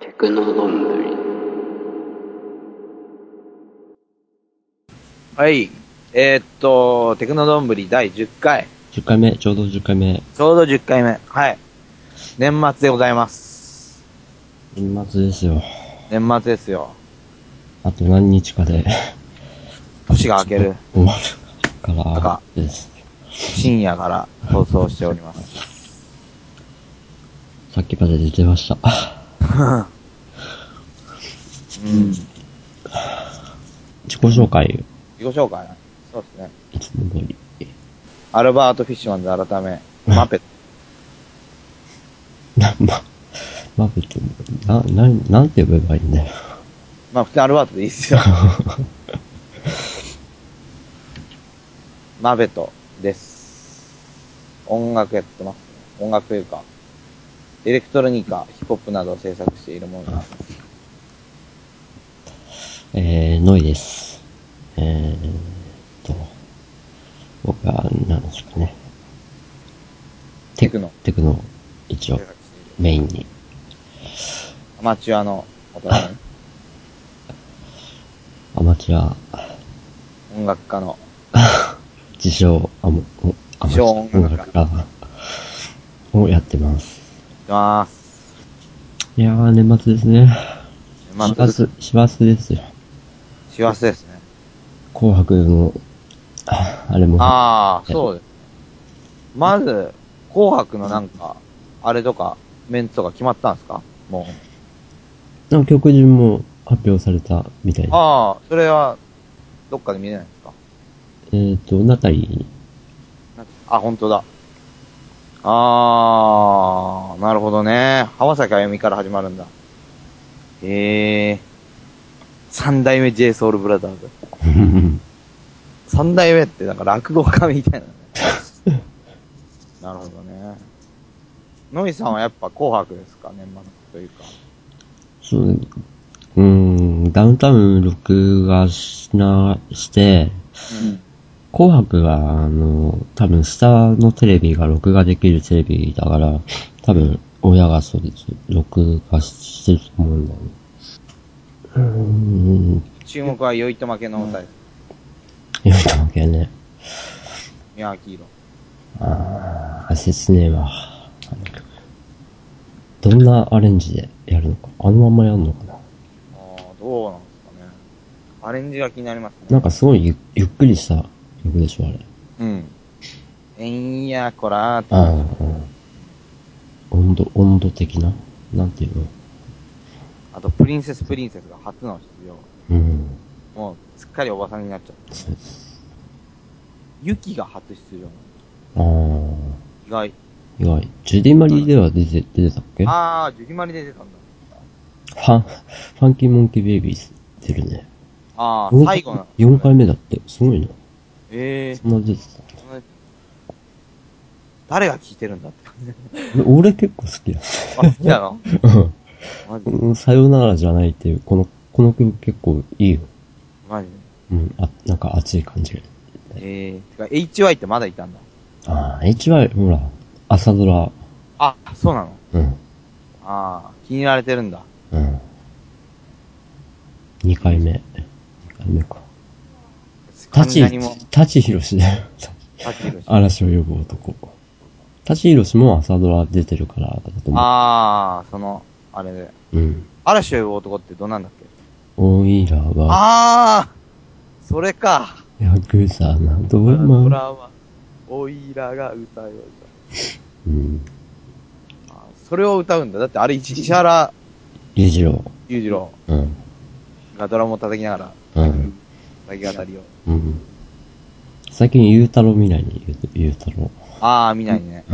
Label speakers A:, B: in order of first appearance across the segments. A: 格の丼。
B: はい。えーっと、テクノどんぶり第10回。
C: 10回目、ちょうど10回目、
B: ちょうど10回目。はい。年末でございます。
C: 年末ですよ。
B: 年末ですよ。
C: あと何日かで、
B: 年が明ける
C: 終わる
B: なん
C: か
B: から
C: です。
B: 深夜から放送しております。
C: さっきまで出てました。
B: うん。自
C: 自己紹介、
B: 己紹介そうですね。
C: いつも通り。
B: アルバート・フィッシュマンズ改め、マペット。
C: な、ま、まぶって、な、な、なんて呼べばいいんだよ。
B: まあ普通にアルバートでいいっすよ。 マベトです。音楽やってます、ね。音楽というか、エレクトロニカ、ヒップホップなどを制作しているものです。
C: えー、ノイです。えーっと、僕は、なんですかね。
B: テクノ
C: テクノ、一応
B: 制、作している
C: メインに。
B: アマチュアの大人ね、
C: アマチュア、
B: 音楽家の、
C: 自称アマ、アマチュア
B: 自称音楽家
C: 家をやってます。
B: います。
C: いやー、年末ですね。
B: ま
C: 師
B: あ、
C: 走、師走ですよ。
B: 師走ですね。
C: 紅白の、 ああれも、
B: ああ、
C: え
B: そうです。まず、紅白のなんか、あれとか、メンツとか決まったんですかもう。
C: なんか曲順も発表されたみたいです。
B: ああ、それは、どっかで見れないんですか
C: えっ、と、ナタリ
B: なんかあ、本当だ。あー、なるほどね。浜崎あゆみから始まるんだ。へえ。三代目 j s o u l b r o t h e r
C: ー。
B: 三代目って、なんか落語家みた いなね。なるほどね。のいさんはやっぱ紅白ですか、年末というか。
C: そう、うーん、ダウンタウン録画しな、して、
B: うん。
C: 紅白は、あの、多分スターのテレビが録画できるテレビだから、多分親がそれ、録画してると思うんだよね。うーん、
B: 注目は酔いと負けの歌です。
C: 言われたわけね。
B: 宮脇色。
C: あー、切ねえわ。あの曲どんなアレンジでやるのか。あのまんまやるのかな。
B: あー、どうなんですかね。アレンジが気になりますね。
C: なんかすごいゆゆっくりした曲でしょ、あれ。
B: うん。えんや、こらーって。
C: ああ、温度、温度的ななんていうの
B: あと、プリンセスプリンセスが初の出場。
C: うん。
B: もう、すっかりおばさんになっちゃった。
C: そうです。
B: ユキが初出場。
C: ああ、
B: 意外。
C: 意外。ジュディマリーでは出て、出てたっけフ
B: あー、ジュリマリで出たんだ。
C: ァン、ファンキーモンキーベイビーズ出るね。
B: あー、最後なの。
C: 4回目だって。すごいな。
B: えー
C: そんな出てたんだ。
B: 誰が聴いてるんだって感じ。
C: 俺結構好きだ。
B: あ、好きなのマジ
C: う、ん、さよならじゃないっていう、この、この曲結構いいよ。
B: マジ
C: うん、あ、なんか熱い感じが。
B: で。えー、てか、HY ってまだいたんだ。
C: ああ、HY、ほら、朝ドラ、
B: あ、そうなの。
C: うん、
B: あー、気に入られてるんだ。
C: うん。2回目。2回目か。タチ、
B: 何も、
C: タチヒロシだよ。
B: タチるし。
C: 嵐を呼ぶ男。タチヒロシも朝ドラ出てるからだと思
B: あー、その、あれで。
C: う。うん。
B: 嵐を呼ぶ男ってどんなんだっけ
C: オイラは、
B: あー、それか。
C: ヤクザなド
B: ド
C: ラ
B: ラ
C: マ。
B: マ、おいらが歌よい
C: うん。
B: だ。あそれを歌うんだ。だってあれ、石原
C: 裕次郎。
B: 裕次郎
C: うん。
B: がドラムを叩きなが
C: うん。
B: ら、叩き語りを。
C: うん。最近、ゆうたろうみないに、ゆうたろう。
B: あー、見ない ね。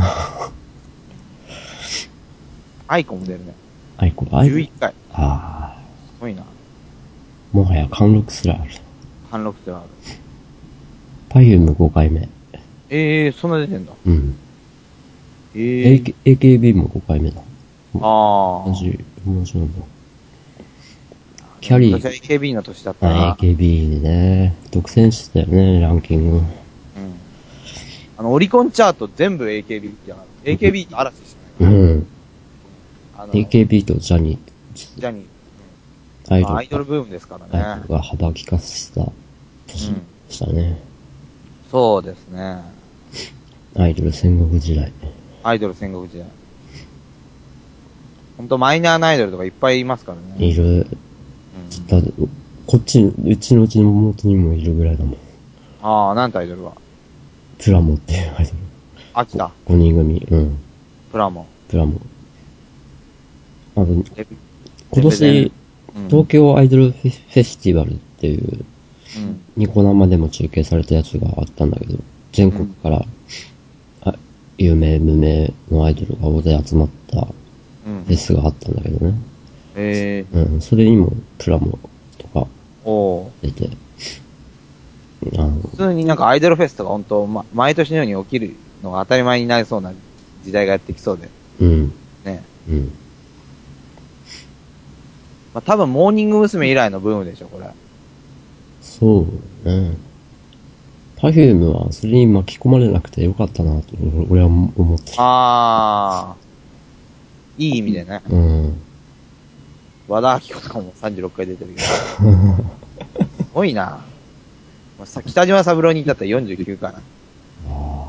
B: アイコも出るね。
C: あいこ、あい
B: 11
C: こ。
B: 回。
C: あ
B: すごいな。
C: あ。もはや貫禄すらある。
B: 貫禄ではある。
C: パイユンの5回目。
B: えー、そんな出てんだ。
C: うん。
B: えー、
C: AK AKB も5回目だ。
B: あ
C: 同
B: ー。
C: じ、面白いな。キャリ
B: 私は
C: ー。
B: AKB の年だった
C: あ
B: な。
C: AKB ね。独占してたよね、ランキング。
B: うん。あの、オリコンチャート全部 AKB じゃなくて、AKB と嵐しか
C: う
B: ない。
C: ん。
B: あの、
C: AKB とジャニー、
B: ジャニー、
C: アイド
B: まあアイドル
C: ル
B: ブームですから
C: が、アイ
B: ね
C: ド。ルが幅利かせた年でしたね。
B: そうですね。
C: アイドル戦国時代。
B: アイドル戦国時代。ほんとマイナーなアイドルとかいっぱいいますからね。
C: いる、
B: うん、
C: だってこっち、うちのうちの妹にもいるぐらいだもん。
B: ああ、なんてアイドルは
C: プラモっていうアイドル。
B: 秋田、
C: 5人組、うん。
B: プラモ。
C: プラモ。あと、今
B: レ
C: 年、、
B: うん
C: 東京アイドルフェフェスティバルっていう、
B: うん。
C: ニコ生でも中継されたやつがあったんだけど、全国から、あ有名無名のアイドルが大勢集まった
B: うん
C: フェ。スがあったんだけどね。
B: え
C: うん、それにもプラモとか
B: ー、おー
C: 出て、あの、
B: 普通になんかアイドルフェスとか本当、ま、毎年のように起きるのが当たり前になりそうな時代がやってきそうで、
C: うん、
B: ね。
C: うん。
B: まあ、多分モーニング娘。以来のブームでしょ、これ。
C: そうね。パフュームはそれに巻き込まれなくてよかったなと、俺俺は思ってる。
B: あー、いい意味でね。
C: うん。
B: 和田アキ子とかも36回出てるけど。すごいな。まあさ北島三郎に至ったら49かな。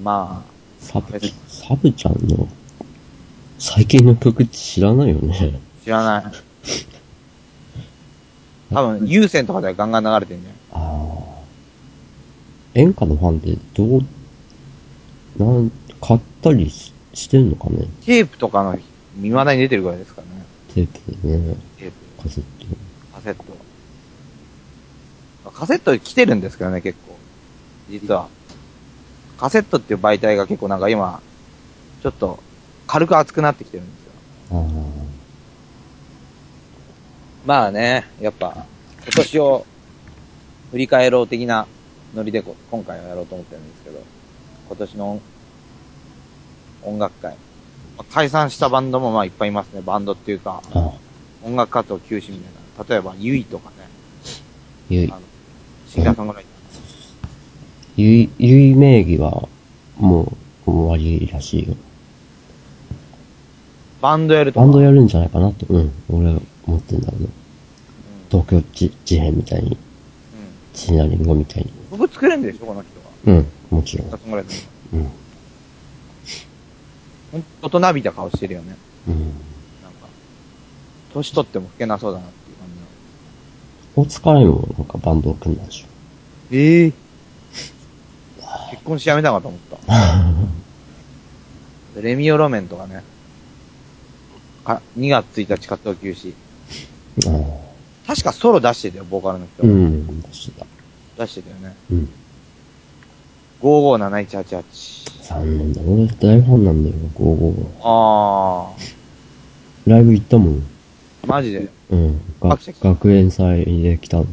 B: まあ、
C: サブ、サブちゃんの最近の曲って知らないよね。
B: 知らない。多分、優先とかではガンガン流れてるんじゃない
C: 演歌のファンってどう、なん、買ったりししてんのかね
B: テープとかの、未だに出てるぐらいですからね。
C: テープでね、
B: テープ、
C: カセット。
B: カセット。まあカセット来てるんですけどね、結構。実は。カセットっていう媒体が結構なんか今、ちょっと、軽く熱くなってきてるんですよ。
C: ああ、
B: まあね、やっぱ、今年を振り返ろう的なノリでこ今回はやろうと思ってるんですけど、今年の音音楽界。まあ解散したバンドもまあいっぱいいますね。バンドっていうか、
C: ああ、
B: 音楽活動休止みたいな。例えば、ゆいとかね、
C: ゆい
B: あの、シンガーソングライ
C: ゆい、ゆい名義は、もう、終わりらしいよ。
B: ター。バンドやるとか。
C: バンドやるんじゃないかなと、うん、俺は思ってんだけど。東京地事変みたいに、
B: う
C: シナリンゴみたいに。
B: ん。僕作れるんでしょ、この人が。
C: うん、もちろ
B: シンガ
C: ん
B: ー。ソングライター。
C: うん、
B: ほんと、となびた顔してるよね。
C: うん。
B: なんか、年取っても老けなそうだなっていう感じの。
C: 大塚愛もなんかバンドを組んだでしょ。
B: ええ結婚しやめたかと思 った。レミオロメンとかね。あ、2月1日活動休止。
C: あ
B: 確かソロ出してたよ、ボーカルの
C: あ、
B: 人。
C: うん、出してた。
B: 出してたよね。
C: うん。
B: 557188。
C: 残念だ。俺大ファンなんだよ、55。
B: あ
C: ライブ行ったもん。
B: ー、マジで。
C: うん。が
B: 拍手
C: 学園祭で来たの。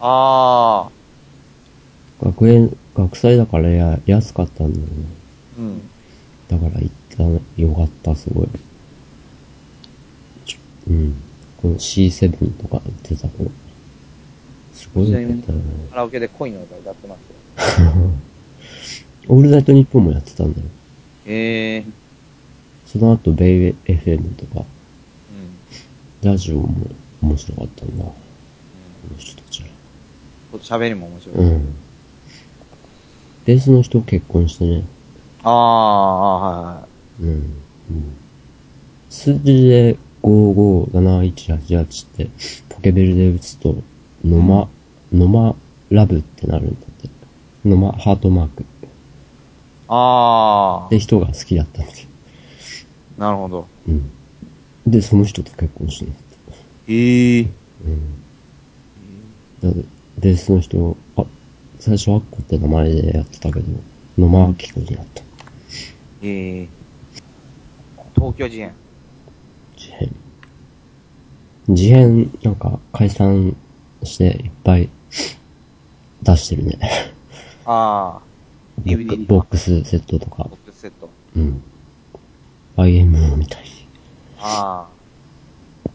B: あ
C: 学園、学祭だからや安かったんだよね。
B: ー、うん。
C: だから行ったの、よかった、すごい。ちょうん。この C7 とか出た頃。すごい
B: ち
C: だ
B: な
C: っ
B: み
C: たよ
B: に
C: ね。
B: カラオケで恋の歌歌ってますよ。
C: オールナイトニッポンもやってたんだよ。
B: えー、
C: その後、ベイ FM とか、
B: うん。
C: ラジオも面白かったんだ。この人たちは。
B: 喋りも面白い。
C: う
B: あー
C: ん。ベースの人結婚してね。
B: あー、はいはい。
C: うん。うん。数字で557188って、ポケベルで打つと、ノマ、ノマラブってなるんだって。ノマハートマークっ
B: あ
C: て人が好きだったんだけど。
B: ー、なるほど。
C: うん。で、その人と結婚してなかっ
B: えー。
C: た。だベースの人、あ、最初アッコって名前でやってたけど、ノマアキコになった。
B: えー、東京事変。
C: 事変。事変、なんか、解散して、いっぱい、出してるね。
B: あ
C: ボック
B: DVD
C: ボックスセットと
B: ー、
C: か
B: ボ、ックスセット。
C: うん。IMO みたいに。
B: あー。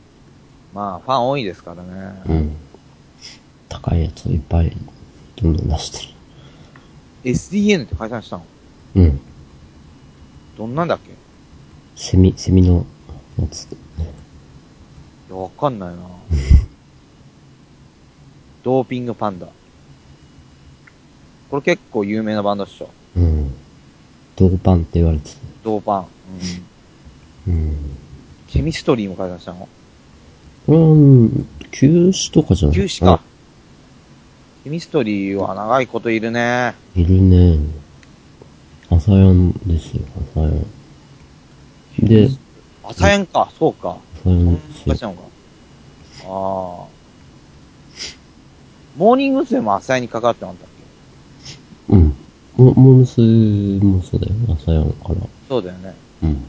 B: まあ、ファン多いですから
C: う
B: ね。
C: ん。高いやつをいっぱい、どんどん出して
B: SDN って解散したの
C: る。うん。
B: どんなんだっけ
C: セミ、セミのやつ。
B: や、わかん ないなドーピングパンダ。これ結構有名なバンドっしょ。
C: うん。ドーパンって言われてた。
B: ドーパン。うん。
C: うん。
B: ケミストリーも解散したの
C: うん、休止とかじゃない
B: 休止か。。ケミストリーは長いこといるね。
C: いるね。朝やんですよ、朝やん。で、
B: 朝やんか、そうか。そ
C: 朝や
B: んなん昔なのか。ああ。モーニング娘。も朝やんに関わってなかったっけ
C: うん。も、モルスもそうだよ、朝やんから。
B: そうだよね。
C: うん。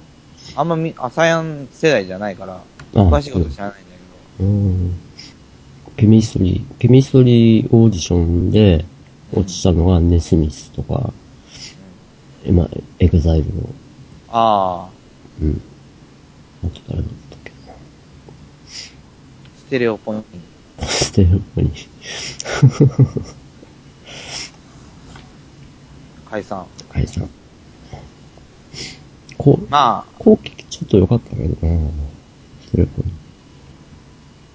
B: あんまみ、朝やん世代じゃないから、
C: あ
B: 詳しいこと知らないんだ
C: うん。ケミストリー、ケミストリーオーディションで落ちたのがネスミスとか、
B: けど。うん
C: 今、エグザイルの、
B: ああ、
C: うん。あと誰だったっけ な。
B: ステレオポニー。
C: ステルプに。
B: 解散。
C: 解散。こう、
B: まあ、
C: 後期ちょっと良かったけどなステルプに。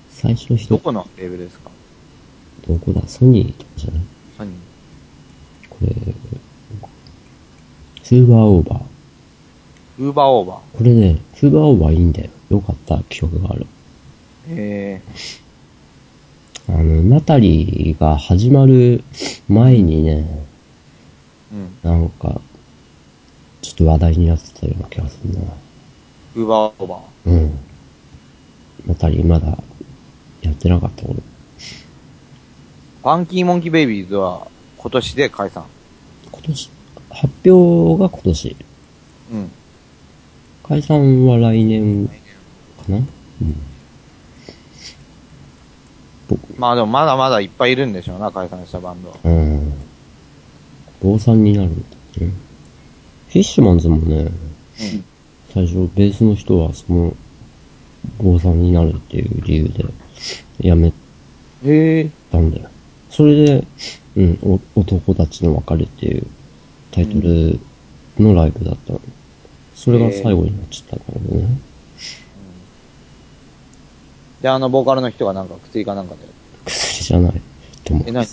C: 最初ひ
B: ど
C: ど
B: このレーベルですか
C: どこだソニーとかじゃない
B: ソニー。
C: これ、ツーバーオーバー。
B: ウーバーオーバー。
C: これね、ツーバーオーバーいいんだよ。良かった記憶がある。
B: え
C: あの、ナタリーが始まる前にね、
B: えうん。
C: なんか、ちょっと話題になってたような気がするな。
B: ウーバーオーバー。
C: うん。ナタリーまだやってなかった俺。
B: ファンキーモンキーベイビーズは今年で解散。
C: 今年、発表が今年。
B: うん。
C: 解散は来年かなうん。僕、
B: まあでもまだまだいっぱいいるんでしょうな、解散したバンド。
C: うん。坊さんになるんだよね。フィッシュマンズもね、
B: うん。
C: 最初ベースの人はその、坊さんになるっていう理由で、辞め
B: ええ
C: たんだよ。それで、うん、お男たちの別れっていうタイトルのライブだったの。それが最後になっちゃったんだけどね。
B: で、あの、ボーカルの人がなんか薬かなんかで。
C: 薬じゃないと思う
B: え、。何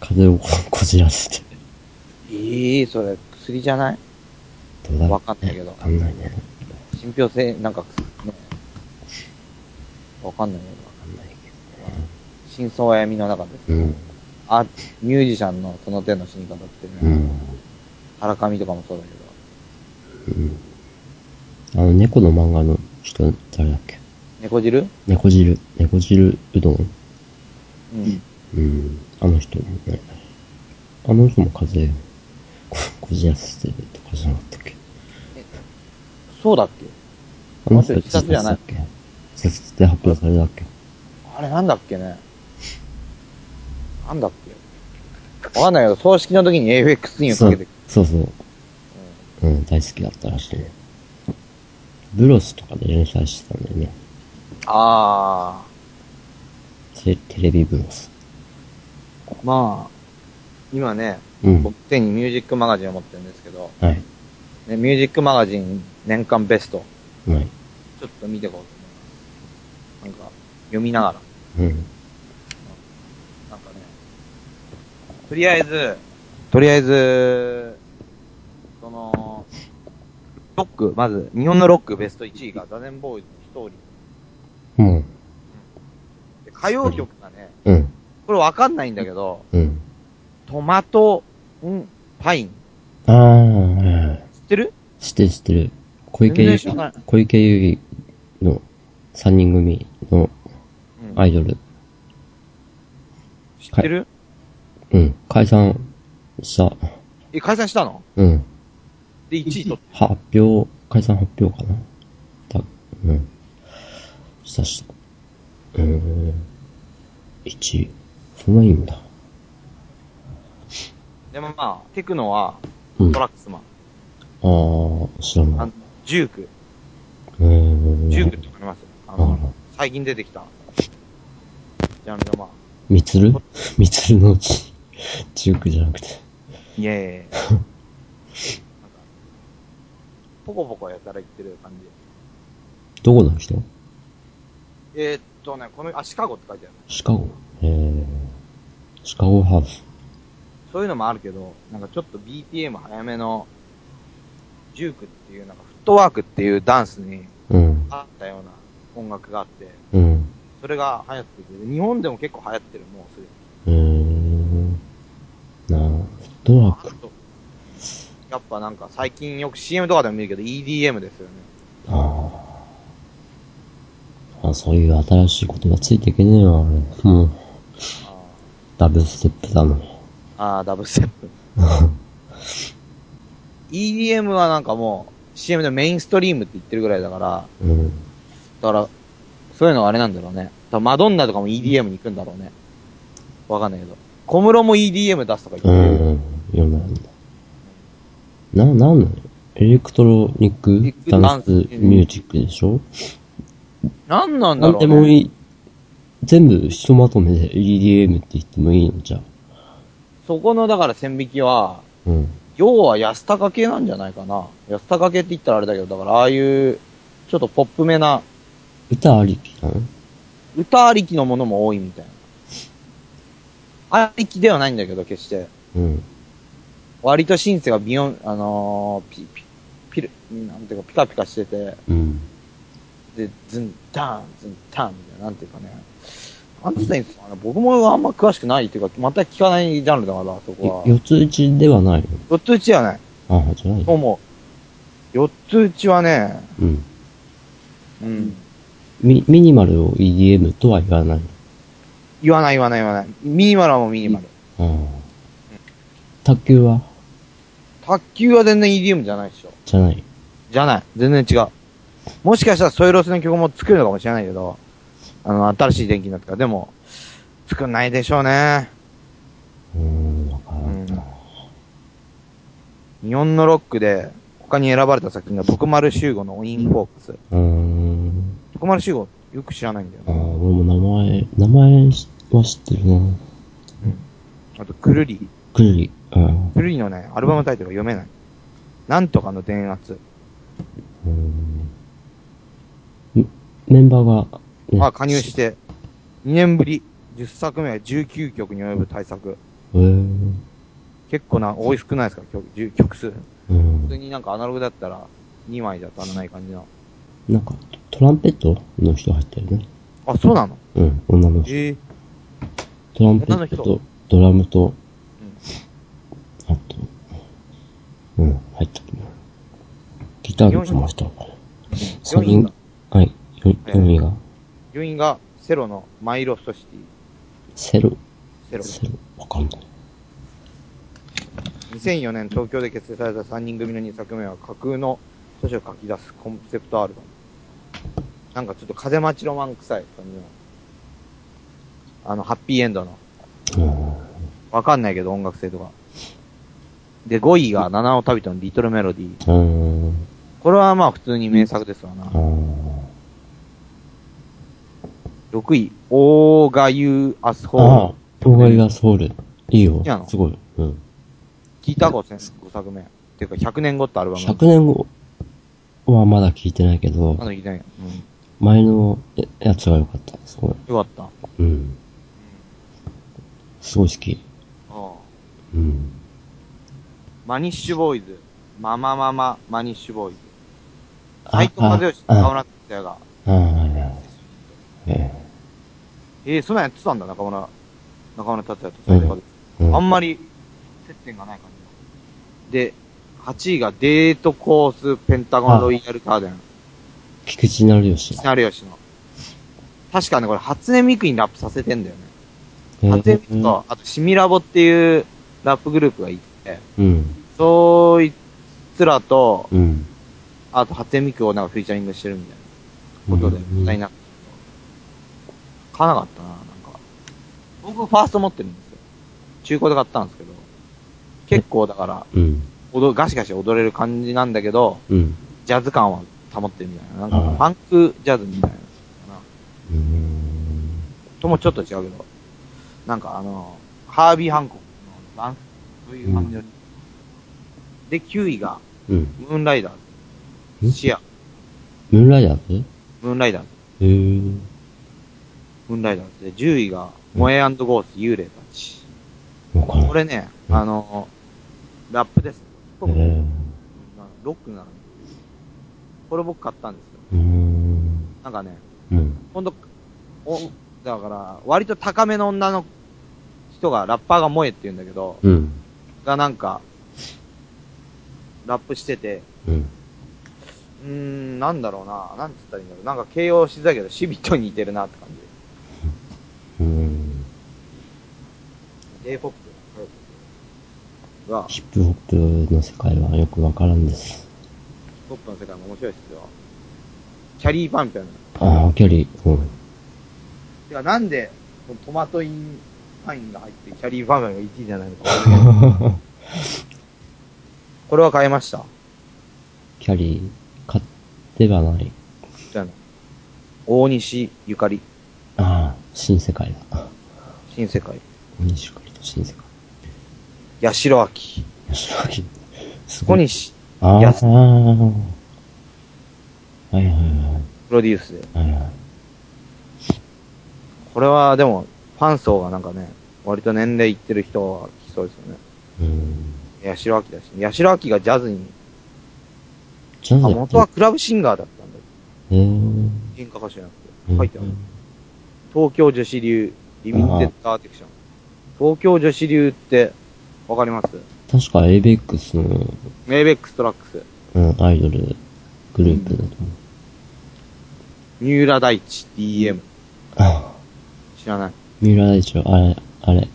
C: 風邪をここじらせて。
B: ええそれ、薬じゃない
C: どうだろうね
B: わかんないけど
C: わかんないね。
B: 信憑性、なんか薬、ね。わかんないけど。
C: わかんない
B: 真相は闇の中で。
C: けど。うん。
B: あ、ミュージシャンのその手の死に方ってね。
C: うん。
B: 原上とかもそうだけど。
C: あの、猫の漫画の人、誰だっけ
B: 猫汁
C: 猫汁、猫汁うどん
B: うん。
C: うん。あの人もね。あの人も風 邪、ここじらせてるとかじゃなかったっけ
B: そうだっけ
C: あの人
B: あの人自殺じゃない
C: 自だっけ自殺で発表されたっけ
B: あれなんだっけね。なんだっけ。わかんないけど、葬式の時に AFX にを
C: そ
B: かけて、
C: うそうそう。うん、大好きだったらしいね。ブロスとかで連載してたんだよね。
B: あ
C: テテレビブロス。
B: あ、まあ、今ね、
C: うん。
B: 僕手にミュージックマガジンを持ってるんですけど、
C: はい。
B: ね、ミュージックマガジン年間ベスト、
C: はい。
B: ちょっと見てこうと思います。なんか、読みながら。
C: うん。
B: なんかね、とりあえず、とりあえず、その、ロック、まず、日本のロックベスト1位がザゼンボーイズのストーリ
C: も
B: ー。で歌謡曲がね、
C: う、うん。
B: これわかんないんだけど、
C: うん。
B: トマト、んパイン。
C: あー、はいはい。
B: 知ってる
C: 知ってる知ってる。小池
B: 全
C: ゆ
B: 然
C: き
B: 知らない、
C: 小池ゆきの3人組の
B: うん
C: アイドル。
B: 知ってる
C: うん。解散した。
B: え、解散したの
C: うん。
B: で、1位取っ
C: 発表、解散発表かな。だ、うん。したした。うーん。1位。そんないいんだ。
B: でもまあ、テクノは、
C: うん。
B: ト
C: あ
B: ラックスマン。
C: ー、知ら
B: あ
C: ない
B: の。、ジューク。
C: うーん。
B: ジュークってわかりますあ
C: あ
B: の
C: ら、
B: 最近出てきた。ジャンルのまあ、
C: みつるみつるのうち、ジュークじゃなくて。
B: いやいやいやなんか、ポコポコやたら言ってる感じ。
C: どこの人
B: えーっとね、この、あ、シカゴって書いてある。
C: シカゴえー、シカゴハウス。
B: そういうのもあるけど、なんかちょっと BPM 早めの、ジュークっていう、なんかフットワークっていうダンスに
C: うん、
B: あったような音楽があって、
C: うん、
B: それが流行ってて、日本でも結構流行ってる、もうすでに。
C: うーん。なあ、フットワーク。
B: やっぱなんか最近よく CM とかでも見るけど EDM ですよね。
C: ああ。あ、そういう新しいことがついていけねえわ、俺。もう、ダブルステップだもん。
B: ああー、ダブルステッ プ。EDM はなんかもう CM でメインストリームって言ってるぐらいだから、
C: うん。
B: だから、そういうのがあれなんだろうね。多分マドンナとかも EDM に行くんだろうね。わかんないけど。小室も EDM 出すとか
C: う
B: 言ってる。
C: ん、うん、読めないんだ。な、なんなのエレクトロニックダンスミュージックでしょ
B: なんなんだ
C: なん
B: ろ
C: で
B: う
C: も
B: ね。
C: いい。全部ひとまとめで EDM って言ってもいいのじゃあ。
B: そこのだから線引きは、
C: うん。
B: 要は安高系なんじゃないかな。安高系って言ったらあれだけど、だからああいう、ちょっとポップめな、
C: 歌ありきなの
B: 歌ありきのものも多いみたいな。ありきではないんだけど、決して。
C: うん。
B: 割とシンセがビヨン、あのー、ピ、ピ、ピル、なんていうか、ピカピカしてて、
C: うん。
B: で、ズンターン、ズンターンみたいな、なんていうかね。なんて言ったらいいんですかね。僕もあんま詳しくないっていうか、全く聞かないジャンルだから、そこは。
C: よ四つ打ちではないの
B: 四つ打ちじゃない。
C: ああ、じゃない
B: と思う。四つ打ちはね、
C: うん。
B: うん。
C: ミミニマルを EDM とは言わない
B: 言わない言わない言わない。ミニマルはもうミニマル。
C: の。ああ。卓球は
B: 卓球は全然 EDM じゃないでしょ。
C: じゃない。
B: じゃない。全然違う。もしかしたらソイロスの曲も作るのかもしれないけど、あの、新しい電気になったから、でも、作んないでしょうね。
C: うーん、わからんな。
B: 日本のロックで、他に選ばれた作品が徳丸修吾のインフォークス。
C: うーん。
B: 徳丸修吾、よく知らないんだよ
C: ああ、
B: ね。
C: 俺も名前、名前は知ってるな。
B: あと、くるり。
C: くるり。ああ。
B: くるりのね、アルバムタイトルが読めない。なんとかの電圧。
C: うーん。メメンバーが、ね
B: あ、加入して、2年ぶり、10作目は19曲に及ぶ大作。
C: えー、
B: 結構な、多い少ないですから、曲10曲数。
C: う
B: 普通
C: ん。
B: になんかアナログだったら、2枚じゃ足らない感じの。
C: なんか、トランペットの人入ったよね。
B: あ、そうなの
C: うん、女の人。
B: ええ
C: トランペットと、ドラムと、あと、うん、入ったかな。ギターの人も入ったのかな。
B: 4位が、
C: はい、4位が、
B: 4位が、セロのマイロストシティ。
C: セロ、
B: セロ。
C: セロ、わかんない。
B: 2004年東京で結成された3人組の2作目は架空の都市を書き出すコンセプトアルバム。なんかちょっと風待ちロマン臭い感じの。あの、ハッピーエンドの。
C: うん、
B: わかんないけど音楽性とか。で、5位が七尾旅人のリトルメロディー。
C: うん、
B: これはまあ普通に名作ですわな。
C: あ
B: 6位、オーガユーアス
C: あ、
B: ホー
C: あ
B: ル。
C: あ、オーガイガソウル。いいよ。すごい。うん。
B: 聞いた5戦、5作目。っていうか100年後ってアルバム。
C: 100年後はまだ聞いてないけど
B: ま、だ聞いてない。うん。
C: 前のやつが良かった。すごい。
B: よかった。あ
C: うん。すごい好き。
B: あ。
C: うん。
B: マニッシュボーイズ。ママママ、マニッシュボーイズ。
C: あ
B: 斎藤和義、
C: あ
B: 中村哲也が。
C: ああ、え
B: ええそんなんやってたんだ、中村。中村達也と
C: う
B: 斎
C: ん
B: 藤和義。
C: えうん
B: あんまり、接点がない感じ。で、8位がデートコース、ペンタゴン、ロイヤルガーデン。
C: 菊池成吉。
B: シナリオ氏の。確かね、これ、初音ミクにラップさせてんだよね。
C: ええ
B: 初音ミクと、あと、シミラボっていうラップグループがいて、
C: うん。
B: そいつらと、
C: うん。
B: あと、初音ミクをなんかフィーチャリングしてるみたいな。
C: う
B: ことで、
C: ん
B: 歌いなかった。買わなかったな、なんか。僕、ファースト持ってるんですよ。中古で買ったんですけど、結構だから、
C: うん。
B: 踊ガシガシ踊れる感じなんだけど、
C: うん。
B: ジャズ感は保ってるみたいな。なんか、
C: あー
B: ファンクジャズみたいなのかな。
C: うん。
B: ともちょっと違うけど、なんかあの、ハービー・ハンコックのダンス、そういう感じので、9位が、
C: うん。
B: ムーンライダー
C: ん
B: ズ。シア、
C: ムーンライダーズ
B: ムーンライダーズ。
C: ええ。
B: ムーンライダーズで、10位が、モエゴース幽霊たち。
C: わからん。
B: これね、あの、ラップです。ヒップホップ
C: え
B: まあロックなのに。これ僕買ったんですよ。
C: ー、うーん。
B: なんかね、
C: うん。
B: ほんと、お、だから、割と高めの女の人が、ラッパーが萌えって言うんだけど、
C: うん。
B: がなんか、ラップしてて、
C: うん。
B: うーん、なんだろうな、なんつったらいいんだろう。なんか形容しづらいけど、シビットに似てるなって感
C: うん。
B: じ。J-POP が、ヒ
C: ヒップホップの世界はよくわからんです。
B: ップホップの世界も面白いですよ。キャリーパンみたいな。
C: ああ、距離。うん。
B: てか、なんで、このトマトインパインが入って、キャリーパンが1位じゃないのか。これは買いました。
C: キャリー、買ってはない。
B: じゃあ大西ゆかり、
C: ああ、新世界だ。
B: 新世界、
C: 小西ゆかりと新世界。
B: 八代明、
C: 吉野家す
B: 小
C: ごい。
B: 西
C: ああ、
B: 安
C: はいはいは
B: プロデュースで。
C: い。はいはい。
B: これはでも、ファン層がなんかね、割と年齢いってる人は来そうですよね。
C: うん。
B: 八代明だし、八代明がジャズに、
C: ジャ
B: あ、
C: ズ
B: 元はクラブシンガーだったんだ。
C: えー、
B: 演歌歌手じゃなくて、書いてある。東京女子流、リミテッドアーティクション。東京女子流って、わかります
C: 確か ABEX の、
B: メイベックストラックス、
C: うん、アイドルグループだと思う。
B: 三浦大知 DM。
C: あ
B: 知らない。
C: 三浦大知はあれ、あれ、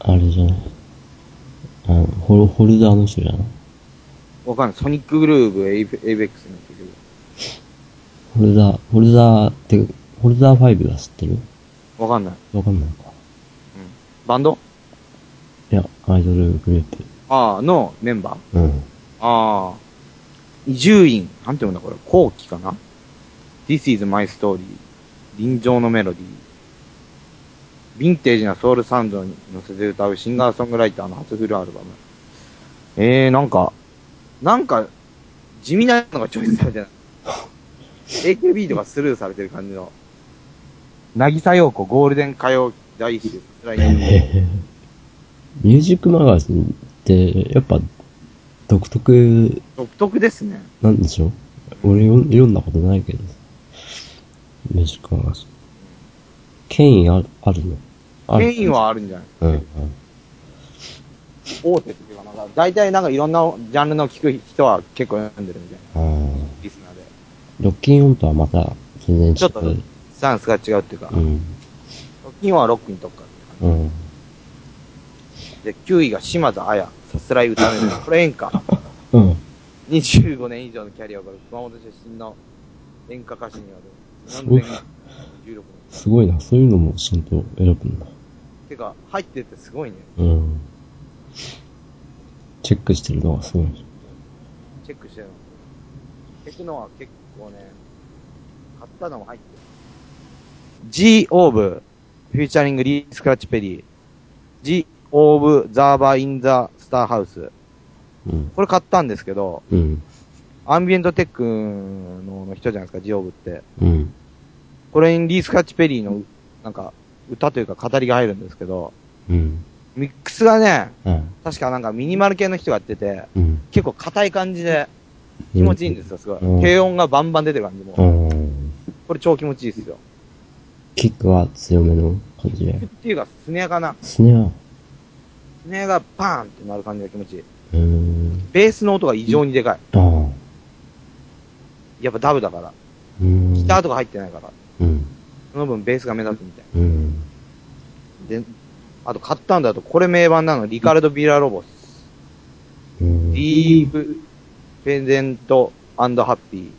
C: あれじゃない。あの、ホル、ホルダーの人じゃない
B: わかんない。ソニックグルーブ、エイベックスの曲。
C: ホルダー、ホルダーって、ホルダー5は知ってる
B: わかんない。
C: わかんないか。
B: バンド
C: いや、アイドルグループ。
B: ああ、のメンバー
C: うん。
B: ああ。伊集院、なんて読むんだこれ、後期かな ?This is my story. 臨場のメロディー。ヴィンテージなソウルサウンドに乗せて歌うシンガーソングライターの初フルアルバム。えー、なんか、なんか、地味なのがチョイスされてない。AKB とかスルーされてる感じの。なぎさようこゴールデン歌謡大集、スライド
C: ミュージックマガジンって、やっぱ、独特
B: 独特ですね。
C: なんでしょ俺よ読んだことないけど。ミュージックマガジン。権威あるあるのある
B: メインはあるんじゃない
C: うん、うん。
B: 大手っていうか、なんか、大体なんかいろんなジャンルの聞く人は結構読んでるみたいな、
C: あー
B: リスナーで。
C: ロッキンオンとはまた全然違う。
B: ちょっとスタンスが違うっていうか、
C: う
B: ロッ
C: ん。
B: キンはロックに特化って感
C: うん。
B: じ。で、9位が島津綾、さすらい歌める、これ演歌。
C: うん。
B: 25年以上のキャリアを誇る熊本出身の演歌歌手による。
C: すごい
B: 16年。
C: すごいな。そういうのもちゃんと選ぶんだ。
B: てか、入っててすごいね。
C: うん。チェックしてるのがすごい。
B: チェックしてるの。テクノは結構ね、買ったのも入ってる。G of featuring Lee Scratch Perry G of the Bar in the Star House
C: うん。
B: これ買ったんですけど、
C: うん。
B: アンビエントテックの人じゃないですか、G of って。
C: うん。
B: これにリー・スクラッチ・ペリーの、なんか、歌というか語りが入るんですけど、
C: うん。
B: ミックスがね、
C: うん。
B: 確かなんかミニマル系の人がやってて、
C: うん。
B: 結構硬い感じで気持ちいいんですよ、すごい。低音がバンバン出てる感じも。
C: うん。
B: これ超気持ちいいですよ。
C: キックは強めの感じで。
B: っていうか、スネアかな。
C: スネア。う
B: スネアがパーンってなる感じが気持ちいい。
C: ーん。
B: ベースの音が異常にでか
C: ああ。
B: い。やっぱダブだから。
C: うん。
B: ギターとか入ってないから。
C: うん。
B: その分ベースが目立つみたい
C: うん。
B: な。で、あと買ったんだと、これ名盤なの。リカルド・ビラロボス。
C: うん。
B: リーブ・ペンデント・アンド・ハッピ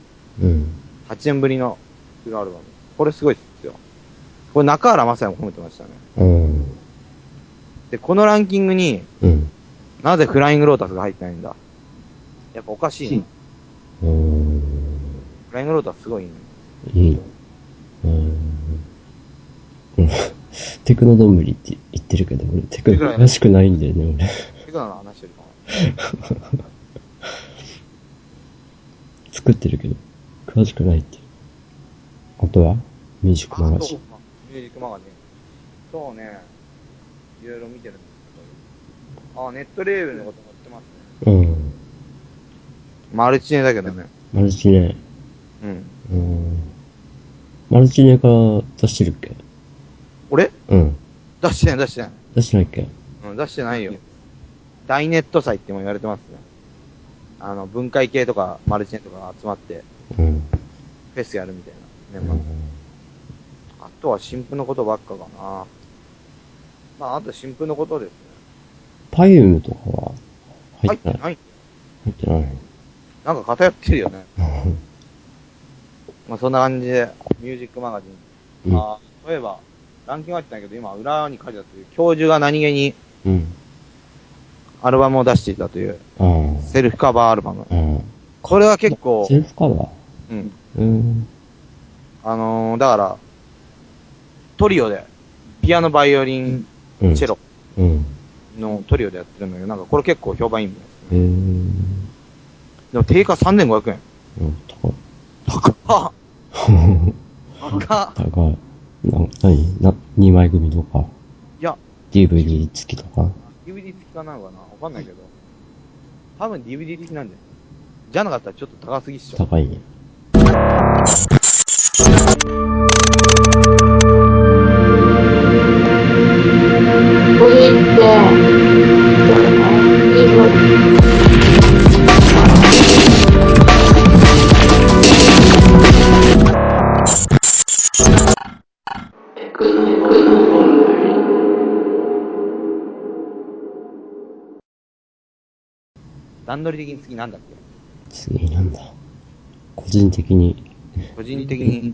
B: ー。
C: うん。
B: 8年ぶりのフルアルバム。これすごいっすよ。これ中原雅也も褒めてましたね。
C: うん。
B: で、このランキングに
C: うん。
B: なぜフライングロータスが入ってないんだ。やっぱおかしいな。
C: うん。
B: フライングロータスすごいね。
C: いいの。うん。うんテクノどんぶりって言ってるけど、俺テクノらしくないんだよね、俺。
B: テクノの話よりかも。
C: 作ってるけど、詳しくないっていう。あとはミュージック
B: あ
C: マガ
B: と
C: ジン。
B: まあミュージミュージックマガジン。そうね、いろいろ見てるんですけど。あ、ネットレーベルのことも知ってますね。
C: うん。
B: マルチネだけどね。
C: マルチネ。
B: うん。
C: うん。マルチネから出してるっけ
B: 俺
C: うん。
B: 出してない出してない。
C: 出してないっけ
B: うん、出してないよ。大ネット祭っても言われてますね。あの、分解系とかマルチネとかが集まって、
C: うん。
B: フェスやるみたいな。ね、まあ
C: う
B: あとは新婦のことばっかかな。まあ、あと新婦のことですね。
C: パイウムとかは入
B: 入
C: っ
B: ってて
C: ない。
B: ない。
C: 入ってない。
B: なんか偏ってるよね。まあ、そんな感じで、ミュージックマガジ
C: う
B: ン。
C: ん。
B: ああ、そういえば、ランキング入ってないけど、今、裏に書いてあっていう、教授が何気に
C: うん。
B: アルバムを出していたという、
C: あ
B: セルフカバーアルバム。
C: あ。うん。
B: これは結構
C: セ、ルフカバー
B: うん。
C: うん。
B: あのー、だから、トリオで、ピアノ、バイオリン、
C: うん。
B: チェロ
C: うん。
B: のトリオでやってるんだけど、なんかこれ結構評判いいみたいですね
C: えー。
B: でも定価3500円。
C: うん。高い。
B: はっ高っ
C: 高い。な、なにな、2枚組とか、
B: いや、
C: DVD 付きとか。
B: DVD 付きかなのかなわかんないけど。多分 DVD 付きなんじゃないじゃなかったらちょっと高すぎっしょ。
C: 高いね。
A: おじって、いいこと。
B: 段取り的に次なんだっけ
C: 次なんだ。個人的に
B: 個人的に。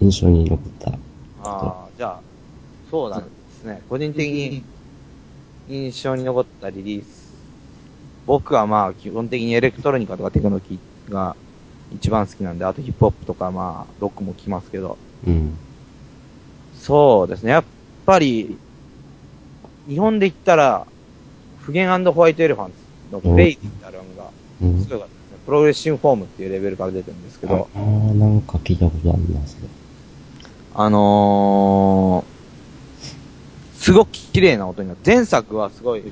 C: 印象に残った。
B: ああ、じゃあ、そうなんですね。個人的に印象に残ったリリース。僕はまあ、基本的にエレクトロニカとかテクノキが一番好きなんで、あとヒップホップとかまあ、ロックも聴きますけど。
C: うん。
B: そうですね。やっぱり、日本で言ったら、フゲンホワイトエレファンツのプレイってアルバムが
C: う
B: す
C: ん。
B: ごい良かったですね。プログレッシングフォームっていうレベルから出てるんですけど、
C: ああー、なんか聞いたことあるな、それ。
B: あのー、すごく綺麗な音になって、前作はすごい、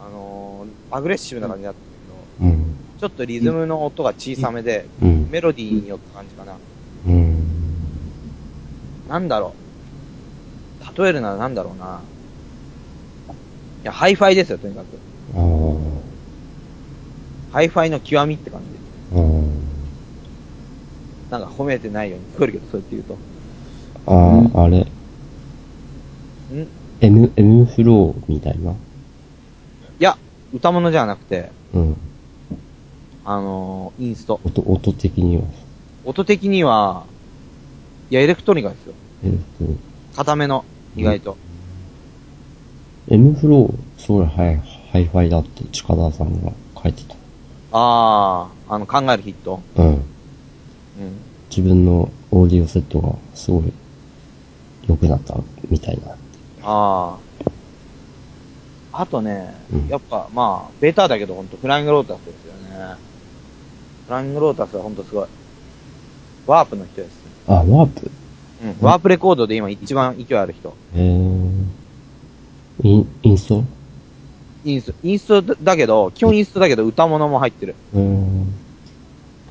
B: あのー、アグレッシブな感じだったんだけ
C: うん。
B: ど、ちょっとリズムの音が小さめで、
C: うん。
B: メロディーによった感じかな。
C: うん。
B: なんだろう。例えるならなんだろうな。いや、ハイファイですよ、とにかく。
C: ああ。
B: ハイファイの極みって感じ。
C: うん。
B: なんか褒めてないように聞こえるけど、そうやって言うと。
C: ああ、あれ。
B: んい
C: M、M フローみたいな。
B: や、歌物じゃなくて、
C: うん。
B: あのー、インスト。
C: 音、音的には。
B: 音的には、いや、エレクトニカですよ。
C: えっと、
B: 固めの、意外と。
C: M フロー、それハイ、ハイファイだって、近田さんが書いて
B: ああ、あの、考えるヒット。
C: た。うん。
B: うん。
C: 自分のオーディオセットがすごい良くなったみたいな。
B: ああ。あとね
C: うん、
B: やっぱ、まあ、ベターだけど、ほんと、フライングロータスですよね。フライングロータスはほんとすごい。ワープの人ですね。
C: あ、ワープ
B: うん。ワープレコードで今一番勢いある人。
C: えー、イン、インスト
B: インスト、インストだけど、基本インストだけど歌物も入ってる。
C: うーん。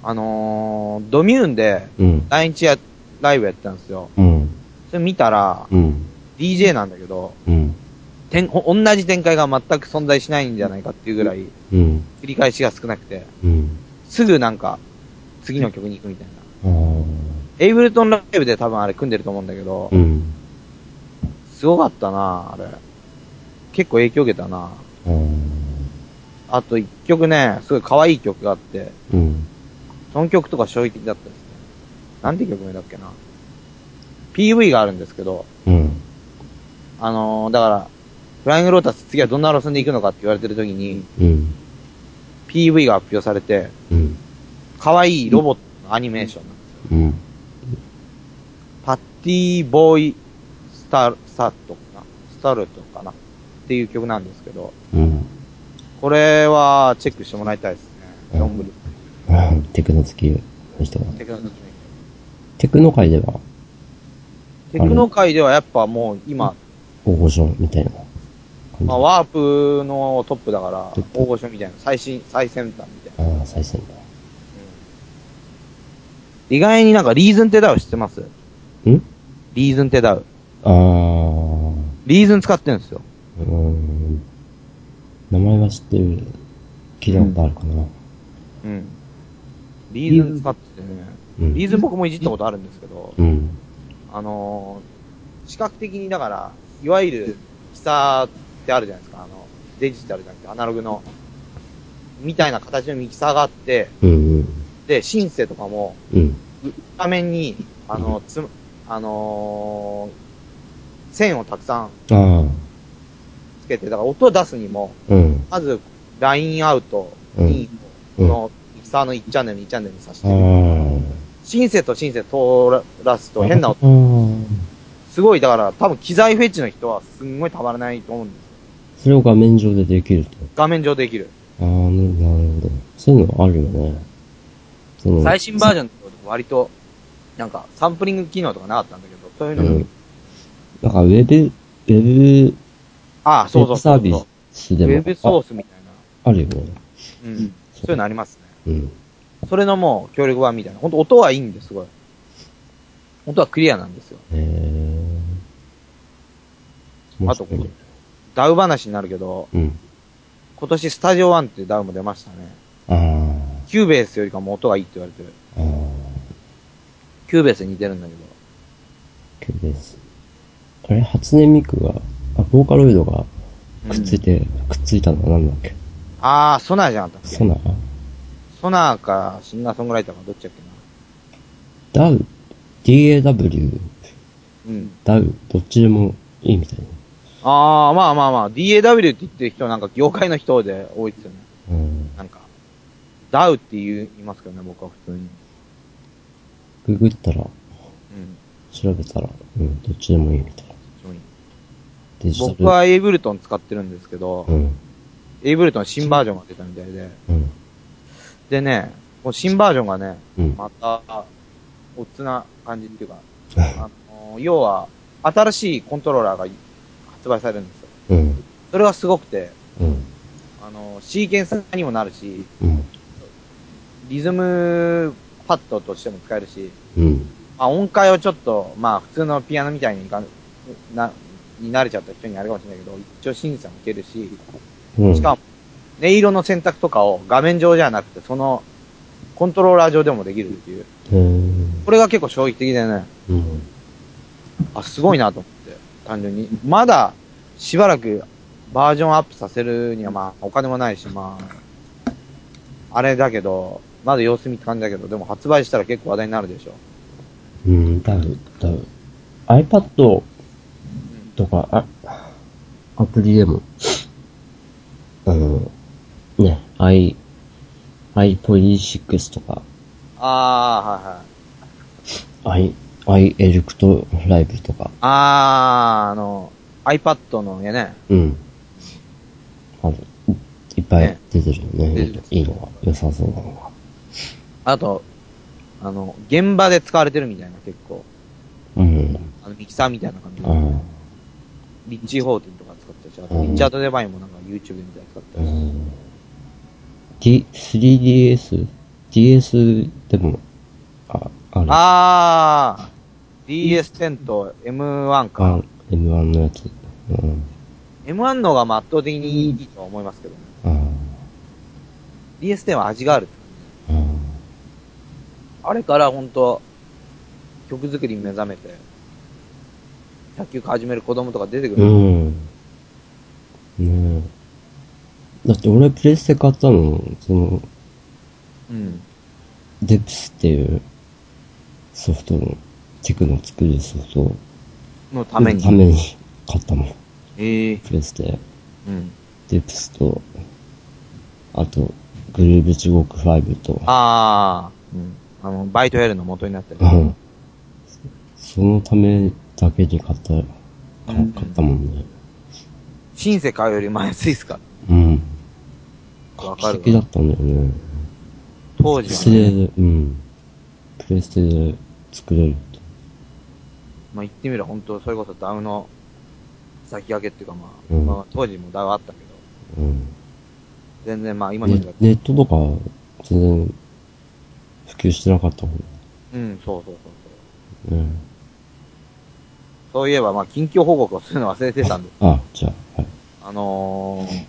B: あのー、ドミューンで、
C: うん。
B: 来日や、ライブやってたんですよ。
C: うん。
B: それ見たら、
C: うん。
B: DJ なんだけど、
C: うん。
B: てん、お同じ展開が全く存在しないんじゃないかっていうぐらい、
C: うん。
B: 繰り返しが少なくて、
C: うん。
B: すぐなんか、次の曲に行くみたいな。
C: あー
B: エイブルトンライブで多分あれ組んでると思うんだけど
C: う、ん。
B: すごかったなあれ。結構影響受けたな
C: あー
B: あと一曲ね、すごい可愛い曲があって、
C: うん。
B: その曲とか衝撃的だったですね。なんて曲名だっけな。PV があるんですけど、
C: うん。
B: あのー、だから、フライングロータス次はどんな路線で行くのかって言われてる時に、
C: うん。
B: PV が発表されて、
C: うん。
B: 可愛いロボットのアニメーションなんですよ。
C: うん。
B: パッティーボーイスタ、スタットかなスタルトかなっていう曲なんですけど、
C: うん。
B: これはチェックしてもらいたいです
C: う
B: ね。
C: ん
B: どんぶり。
C: うん。テクノ好きの人が。
B: テクノ的に
C: テクノ界では、
B: テクノ界ではやっぱもう今、
C: 大御所みたいな感じ。
B: まあ、
C: あ
B: ワープのトップだから
C: トッ、プ
B: 大御所みたいな、最新、最先端みたいな。
C: あ、最先端。
B: 意外になんかリーズンってダウ知ってます
C: ん
B: リーズンってダウ。
C: あー、
B: リーズン使ってるんですよ。
C: うーん。名前は知ってる。聞いたことあるかな。
B: うん。リーズン使っててね。
C: うん。
B: リーズン僕もいじったことあるんですけど、
C: うん。
B: あのー、視覚的にだから、いわゆる、下ってあるじゃないですか、あの、デジタルじゃなくてアナログの、みたいな形のミキサーがあって、
C: うんうん。
B: で、シンセとかも、
C: うん。
B: 画面に、あの、つ、あのー線をたくさん
C: あ
B: つけて、だから音を出すにも、
C: ー、うん。
B: まず、ラインアウトに、
C: うん
B: この、ミキサーの1チャンネル、2チャンネルにさして、
C: あー。
B: シンセとシンセ通らすと変な音
C: あー
B: すごい、だから多分機材フェチの人はすんごいたまらないと思うんです。
C: それを画面上でできると。
B: 画面上できる。
C: ああ、なるほど。そういうのあるよね。その
B: 最新バージョンのと割と、なんかサンプリング機能とかなかったんだけど、そういう
C: う
B: のも、
C: ん。だからウェブ、ウェブ、
B: ああ、そう
C: ウェ
B: そうそ
C: ブサー
B: う
C: ビ
B: そう。
C: ス
B: ウ
C: でも
B: ェブソースみたい
C: ああるよね。
B: な。うん。そういうのありますね。
C: うん。
B: それのもう協力版みたいな。ほんと音はいいんです、すごい。音はクリアなんですよ。
C: へえ。
B: あとこれダウ話になるけど、
C: うん。
B: 今年スタジオ1っていうダウも出ましたね。
C: あ
B: キューベースよりかも音がいいって言われてる。
C: あ、ああ、
B: キューベースに似てるんだけど。
C: 曲です。あれ、初音ミクが、あ、ボーカロイドがくっついて、くっついたのはなんだっけ
B: ああ、ソナーじゃなかったっ
C: ソ
B: け
C: ナー
B: ソナーか、シンガーソングライターかどっちだっけな。
C: ダウ ?DAW?
B: うん。
C: ダウどっちでもいいみたいな。
B: ああ、まあまあまあ、DAW って言ってる人なんか業界の人で多いですよね。
C: うん。
B: なんか、DAW って言う言いますけどね、僕は普通に。
C: ググったら、
B: うん。
C: 調べたら、うん、どっちでもいいみたいな。
B: 非常に
C: デジタル。
B: 僕は Ableton 使ってるんですけど
C: う、ん、
B: Ableton 新バージョンが出たみたいで、
C: うん、
B: でね、この新バージョンがね、
C: うん。
B: また、おっつな感じっていうか、あの要は、新しいコントローラーが発売されるんですよ。
C: うん、
B: それがすごくて、
C: うん、
B: あの、シーケンサーにもなるし、
C: うん、
B: リズムパッドとしても使えるし、
C: うん、
B: まあ、音階をちょっと、まあ、普通のピアノみたいにいかんな、に慣れちゃった人にあれかもしれないけど、一応審査も受けるし、
C: うん。
B: しかも、音色の選択とかを画面上じゃなくて、その、コントローラー上でもできるっていう。
C: へー
B: これが結構衝撃的でね、
C: うん、
B: あ、すごいなと思って、単純に。まだ、しばらくバージョンアップさせるには、まあ、お金もないし、まあ、あれだけど、まだ様子見って感じだけど、でも発売したら結構話題になるでしょ。
C: うん、ダウ、ダウ。iPad とか、あ、アプリでも、あの、ね、i、iPoly6 とか、
B: ああ、はいはい。
C: i、iElectLive とか、
B: あー、あの、iPad のやね、
C: うん。ある。いっぱい
B: ね
C: 出てるよね。
B: 出てる
C: いいのが、良さそうなのが。
B: あと、あの、現場で使われてるみたいな、結構。
C: うん。
B: あの、ミキサーみたいな感じで
C: あ。あ。
B: リッチー・ホーティンとか使ったし、あ
C: う
B: と、リ
C: ん
B: ッチャード・デバインもなんか YouTube みたいに使っ
C: う
B: たし。
C: ん D、3DS? DS でも、あ、ある。
B: あー、DS10 と M1 か。
C: あ、M1 のやつ。うん。
B: M1 の方がまあ圧倒的にいいとは思いますけどね。
C: あー
B: DS10 は味があるって感じ。
C: あー。
B: あれからほんと、曲作りに目覚めて、卓球始める子供とか出てく
C: う
B: る。
C: ん。ねえ。だって俺プレステ買ったの、その、
B: うん。
C: デプスっていうソフトの、テクノ作るソフトを
B: のために。
C: ために買ったもん。
B: ええ
C: プレステ、
B: うん。
C: デプスと、あと、グルーブ地獄5と、
B: ああ、うん。あの、バイトやるの元になったり。
C: うん。そのためだけに買った、か
B: うん
C: 買ったもんね。
B: シンセ買うより前安いっすか
C: うん。
B: ら。わか
C: 画
B: る
C: 期的だ
B: わ。
C: ったんだよね。
B: 当
C: プレ
B: 時
C: ス
B: は、ね。
C: テで、うん。プレステで作れるって。
B: まあ言ってみれば本当、それこそダウの先駆けっていうかまあ、
C: うん
B: まあ当時もダウあったけど、
C: うん。
B: 全然まあ今に
C: ね
B: 比べて、
C: ネットとか、全然、普及してなかったもん。
B: うん、そうそうそうそう。
C: うん。
B: そういえばまあ近況報告をするの忘れてたんです。
C: あ、じゃあ、はい。
B: あのー、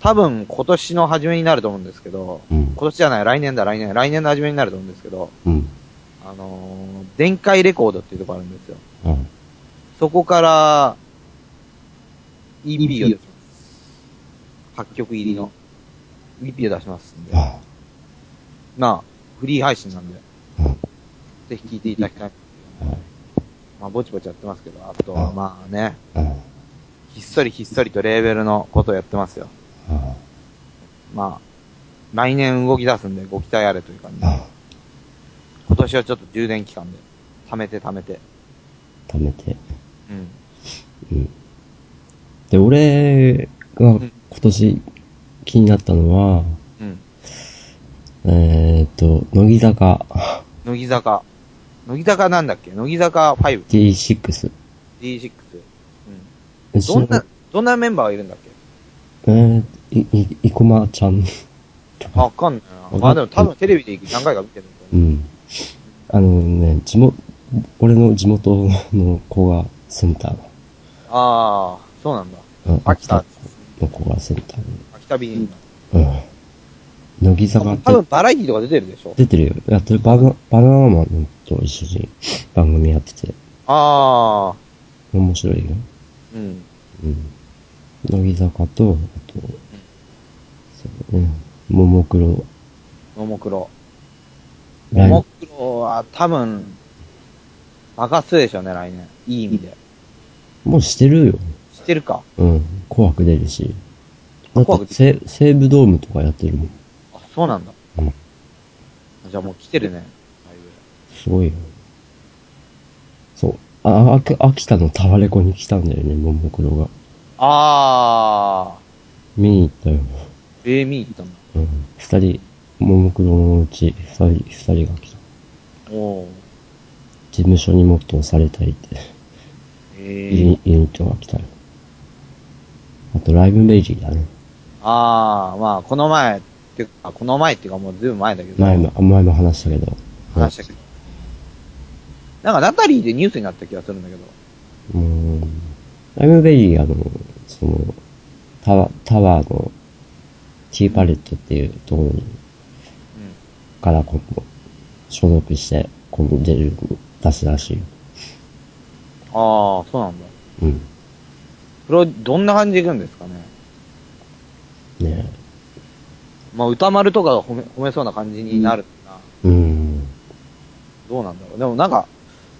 B: 多分今年の初めになると思うんですけど、
C: うん
B: 今。年じゃない、来年だ、来年、来年の初めになると思うんですけど、
C: うん。
B: あのー、電解レコードっていうところあるんですよ。
C: はい。
B: そこから、EP を出します。8曲入りの EP を出しますんで。
C: あ、
B: まあ、フリー配信なんで、
C: うん。
B: ぜひ聴いていただきたい。
C: はい。
B: まあ、ぼちぼちやってますけど、あとは
C: うん
B: まあね、
C: あ、
B: ひっそりひっそりとレーベルのことをやってますよ。
C: あ、
B: まあ、来年動き出すんでご期待あれという感じ。
C: あ、
B: 今年はちょっと充電期間で、貯めて貯めて。
C: 貯めて。
B: うん。
C: うん。で、俺が今年気になったのは、
B: うん。
C: えーっと、乃木坂
B: 乃木坂。乃木坂なんだっけ乃木坂 5?D6?
C: D6。
B: うん。
C: うち
B: ど
C: の
B: んな、どんなメンバーがいるんだっけ
C: えー、い、い、いこまちゃん。
B: あわかんないな。まあでも多分テレビで何回か見てるんだよ
C: う
B: ね。
C: ん。あのね、地元、俺の地元の子がセンター。
B: ああ、そうなんだ。
C: うん
B: 秋田、
C: の子がセンター
B: 秋田ビー
C: に。うん。乃木坂
B: 多
C: って
B: 分バラエティとか出てるでしょ
C: 出てるよ。やってるバナバナナマンと一緒に番組やってて、
B: ああ、
C: 面白いよ。
B: うん。
C: うん。乃木坂と、あと、そうね、ももクロ、
B: ももクロ。
C: ラ
B: も
C: イ
B: もクロは多分、任すでしょうね、来年。いい意味で。
C: ブ、もうしてるよ。
B: 知ってるか
C: うん。紅白出るし。だ
B: 紅
C: っ
B: 白
C: て西、西武ドームとかやってるもん。
B: あ、そうなんだ。
C: うん
B: じゃあもう来てるね。
C: すごいよ。そう。あ、あく秋田のタワレコに来たんだよね、ももクロが。
B: ああ、
C: 見に行ったよ。
B: ベーミー行ったんだ。
C: うん。二人、ももクロのうち二人、二人が来た。
B: おー。
C: 事務所にもっと押されたりって、ユ
B: ええ
C: ニユニットが来たよ。あと、ライブベイジーだね。
B: ああ、まあ、この前、っていうか、この前っていうかもうずいぶん前だけど。
C: 前も、前も話したけど。
B: 話したけど。なんか、ナタリーでニュースになった気がするんだけど。
C: うん。ライムベリー、あの、その、タワー、タワーの、ティーパレットっていうところに、からこう、所属して、こう出る、出すらしいよ。
B: ああ、そうなんだ。
C: うん。
B: プロ、どんな感じでいくんですかね。
C: ね
B: まあ、歌丸とかが褒め、褒めそうな感じになるな。
C: え。うん。
B: どうなんだろう。でもなんか、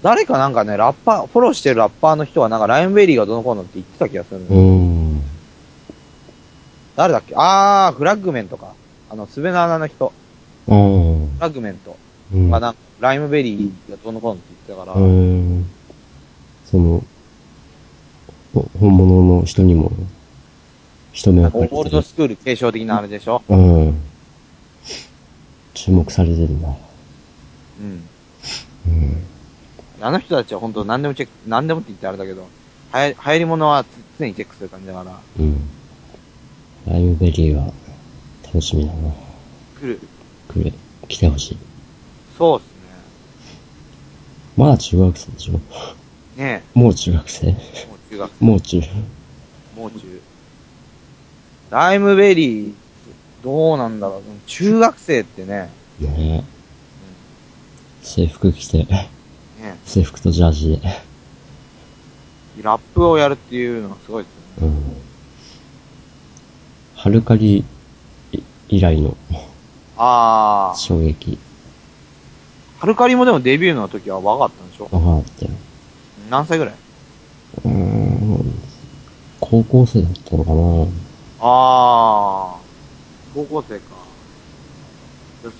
B: 誰かなんかね、ラッパー、フォローしてるラッパーの人はなんか、ライムベリーがどの子のって言ってた気がするんだ
C: う
B: よ
C: ん。
B: 誰だっけあー、フラッグメントか。あの、スベナーナの人。
C: あ
B: フ
C: あ。
B: ラッグメント
C: うん。
B: がなんか、ライムベリーがどの子のって言ってたか
C: う
B: ら、
C: ん。その、ほ本物の人にも、一目
B: なん
C: を
B: かオールド
C: る。
B: スクール継承的なあれでしょ
C: うん。注目されてるな。
B: うん。
C: うん。
B: あの人たちは本当何でもチェック、何でもって言ってあれだけど、はや、流行り物は常にチェックする感じだから、
C: うん。ライムベリーは楽しみだな。
B: 来る。
C: 来る、来てほしい。
B: そうっす
C: まだ中学生でしょ
B: ね。ね
C: もう中学生
B: え、もう中学生、
C: もう中。
B: もう中。ライムベリー、どうなんだろう。でも中学生ってね、
C: ねえ。制服着て、
B: ね
C: 制服とジャージで。
B: ラップをやるっていうのがすごいですよね。
C: うん。ハルカリい以来の
B: あー、
C: 衝撃。
B: ハルカリもでもデビューの時は若かったんでしょ
C: わかったよ。
B: 何歳ぐらいう
C: ーん。高校生だったのか
B: あー、高校生か。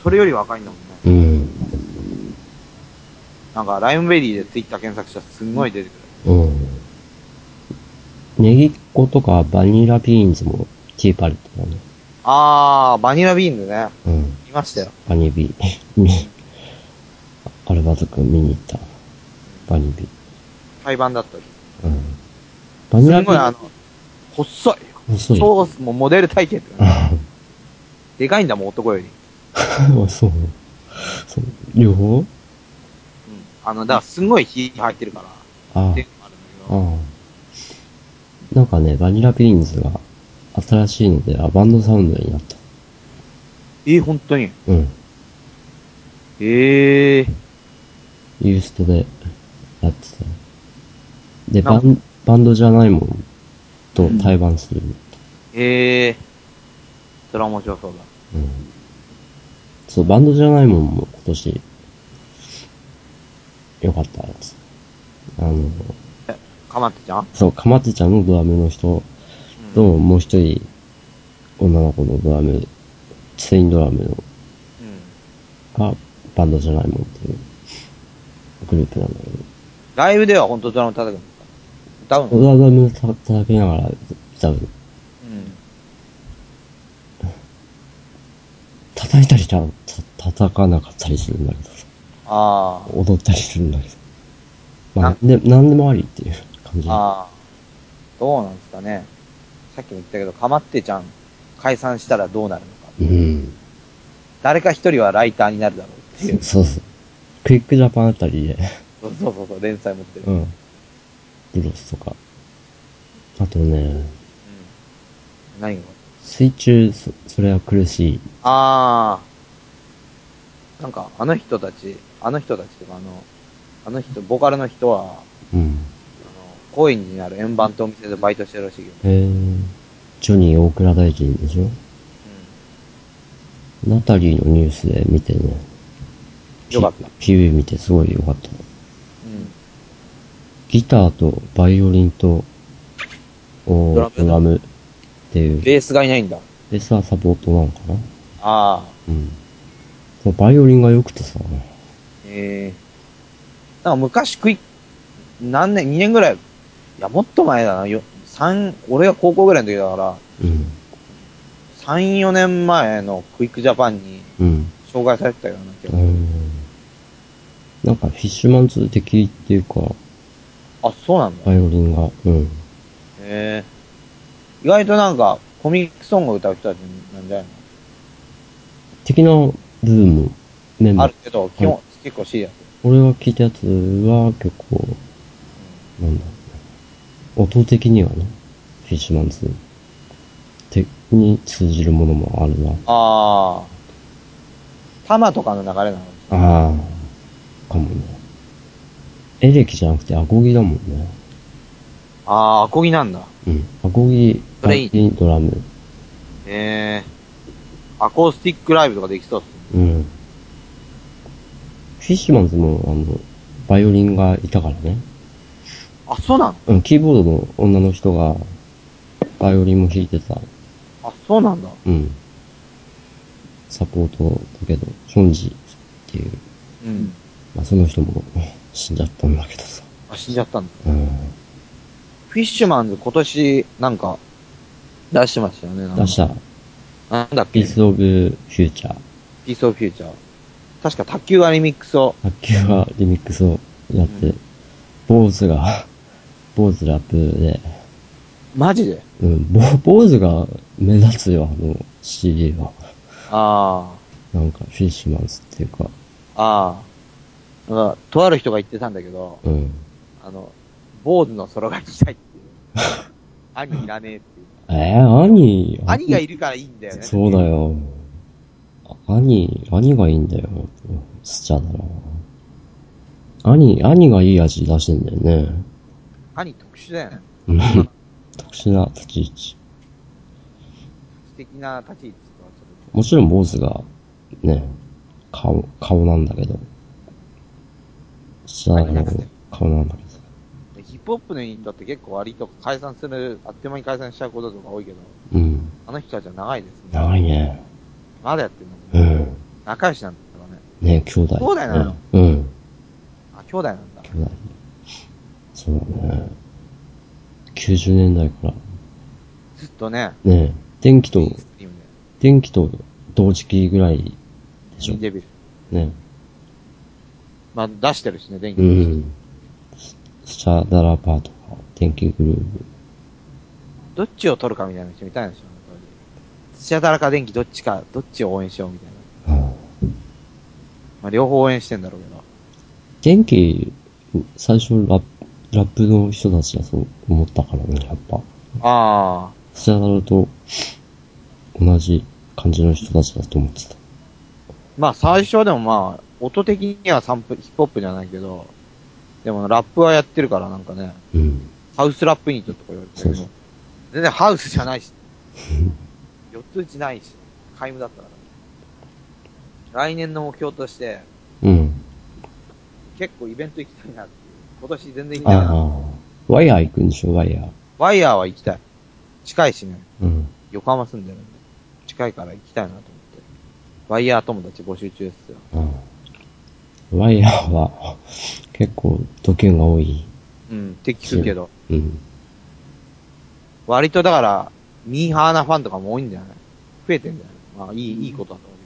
B: それより若いんだもんね。
C: なうん。
B: なんか、ライムベリーでツイッター検索したらすんごい出てくる。
C: うん。ネギっ子とかバニラビーンズもティーパレットだね。
B: あー、バニラビーンズね。
C: うん。
B: いましたよ。
C: バニ ビー。みアルバズ君見に行った。バニビー。
B: 廃盤だったり。
C: うん。バニ
B: す
C: ラ
B: ごいあの、細い。
C: 細い。
B: そうもうモデル体型って感じでかいんだもん、男より。うん。
C: あ、 そう。そう。両方
B: あの、だからすごい火入ってるから、
C: あ
B: っていうのもあるんだけ
C: あ。
B: ど、
C: ああ。なんかね、バニラビーンズが新しいので、あバンドサウンドになった。
B: えー、本当に。
C: うん。
B: ええ
C: ユーストでやってたよ。で、
B: な
C: バン、バンドじゃないもんと対バンする。
B: ええそれは面白そうだ。
C: うん。そう、バンドじゃないもんも今年、よかったやつ。あの、
B: かまってちゃん
C: そう、かまってちゃんのドラムの人と、もう一人、女の子のドラム、ツインドラムの
B: うん。
C: がバンドじゃないもんっていうグループなんだけど、
B: ライブでは本当ドラム叩くんだ。歌うの
C: ドラムた叩きながら歌う。
B: うん。
C: 叩いたりた、た叩かなかったりするんだけどさ、
B: あ
C: 踊ったりするんだけど。まあ
B: な、
C: で、なんでもありっていう感じ。
B: あ。ああ。どうなんですかね。さっきも言ったけど、かまってちゃん解散したらどうなるのか。
C: うん。
B: 誰か一人はライターになるだろうっていう。
C: そうそう。クイックジャパンあたりで、
B: そうそうそうそう、連載持ってる。
C: う
B: うん
C: ん。ブロスとか。あとね、
B: 何が
C: 水中、そそれは苦しい。
B: ああ。なんか、あの人たち、あの人たちとか、あの、あの人、ボーカルの人は、
C: うん。
B: あの、高円寺にある円盤とお店でバイトしてるらしいけど。
C: えー、ジョニー大倉大臣でしょナタリーのニュースで見てね。
B: うん。よかった。
C: PV 見てすごい良かった。
B: うん。
C: ギターとバイオリンと、お
B: ドラム
C: ドラムっていう。ベ
B: ベースがいないんだ。
C: ースはサポートなのかな
B: ああ。
C: うん。そのバイオリンが良くてさ、
B: ええなんか昔クイック、何年、2年ぐらい、いや、もっと前だな、よ、三、俺が高校ぐらいの時だから、
C: うん。
B: 3、4年前のクイックジャパンに
C: うん。
B: 紹介されてたような気
C: う
B: が。
C: ん。なんかフィッシュマンズ的っていうか、
B: あ、そうなんだ。
C: バイオリンが、うん。
B: ええ意外となんか、コミックソングを歌う人たちなんじゃない
C: 的なブーム、メン
B: のあ
C: バ
B: る
C: ー。
B: けど、基本、
C: はい
B: 結構 C やってる。
C: 俺が聞いたやつは結構、なんだろうな音的にはね、フィッシュマンズてに通じるものもあるな。
B: ああ。タマとかの流れなの
C: ああ、かもね。エレキじゃなくてアコギだもんね。
B: ああ、アコギなんだ。
C: うん。アコギ、
B: それいい
C: バイオリンドラム。
B: ええアコースティックライブとかできそうっすね。
C: うん。フィッシュマンズも、あの、バイオリンがいたからね。
B: あ、そうなの
C: うん、キーボードの女の人が、バイオリンも弾いてた。
B: あ、そうなんだ。
C: うん。サポートだけど、ヒョンジっていう、
B: うん。
C: まあ、その人も 死んじゃったんだけどさ。
B: あ、死んじゃったんだ。
C: うん。
B: フィッシュマンズ今年、なんか、出してましたよね。なんか
C: 出した、
B: なんだっけ
C: ピースオブフューチャー。
B: ピースオブフューチャー。確か卓球アリミックスを。
C: 卓球はリミックスをやって、
B: うん
C: 坊主が、 坊主ラップで、
B: マジで
C: うん、ぼ坊主が目立つよ、あの CD は。
B: あ
C: なんか、フィッシュマンズっていうか、
B: あ。ああ。なんか、とある人が言ってたんだけど、
C: うん。
B: あの、坊主の空がしたいっていう。 兄いらねえっていう。
C: えー、兄、
B: 兄がいるからいいんだよね。
C: そうだ。よ。兄、兄がいいんだよ。スチャだな。兄、兄がいい味出してんだよね。
B: 兄特殊だよね。
C: うん特殊な立ち位置。
B: 素敵な立ち位置とはちょっ
C: もちろん坊主が、ね、顔、顔なんだけど。スチャダラの顔なんだけど。
B: と。ヒップホップのユニットって結構割と解散する、あっという間に解散しちゃうこととか多いけど、
C: うん。
B: あの人たちは長いですね。
C: 長いね。
B: まだやってんの
C: うん。
B: 仲良しなんだからね。
C: ね、兄弟。
B: そうだよ
C: うん。うん。
B: あ、兄弟なんだ。
C: 兄弟。そうだね。90年代から。
B: ずっとね、
C: ね、電気と、
B: ストリームで。
C: 電気と同時期ぐらいでし
B: シン
C: ょ。
B: デビル。
C: ね。
B: まあ、出してるしね、電気。
C: うん。スチャダラパーとか、天気グルーブ。
B: どっちを取るかみたいな人見たいんですよ、本当に。土屋だらか電気どっちか、どっちを応援しようみたいな。
C: あ
B: まあ、両方応援してんだろうけど。
C: 天気、最初ラップ、ラップの人たちだと思ったからね、やっぱ。
B: ああ、
C: スチャダラと同じ感じの人たちだと思ってた。
B: まあ最初はでもまあ、音的にはサンプ、ヒップホップじゃないけど、でもラップはやってるからなんかね、
C: うん。
B: ハウスラップユニットとか言われてるけ
C: そう
B: ど、全然ハウスじゃないし、四つ打ちないし、皆無だったから。来年の目標として、
C: うん。
B: 結構イベント行きたいなっていう。今年全然行きたい
C: あ
B: な。
C: あ。ワイヤー行くんでしょ、ワイヤー。
B: ワイヤーは行きたい。近いしね。
C: うん。
B: 横浜住んでるんで、近いから行きたいなと思って。ワイヤー友達募集中ですよ。
C: うん。ワイヤーは結構度胸が多い。
B: うん、って聞くけど。
C: うん。
B: 割とだから、ミーハーなファンとかも多いんじゃない増えてんじゃないまあ、いい、いいことだと思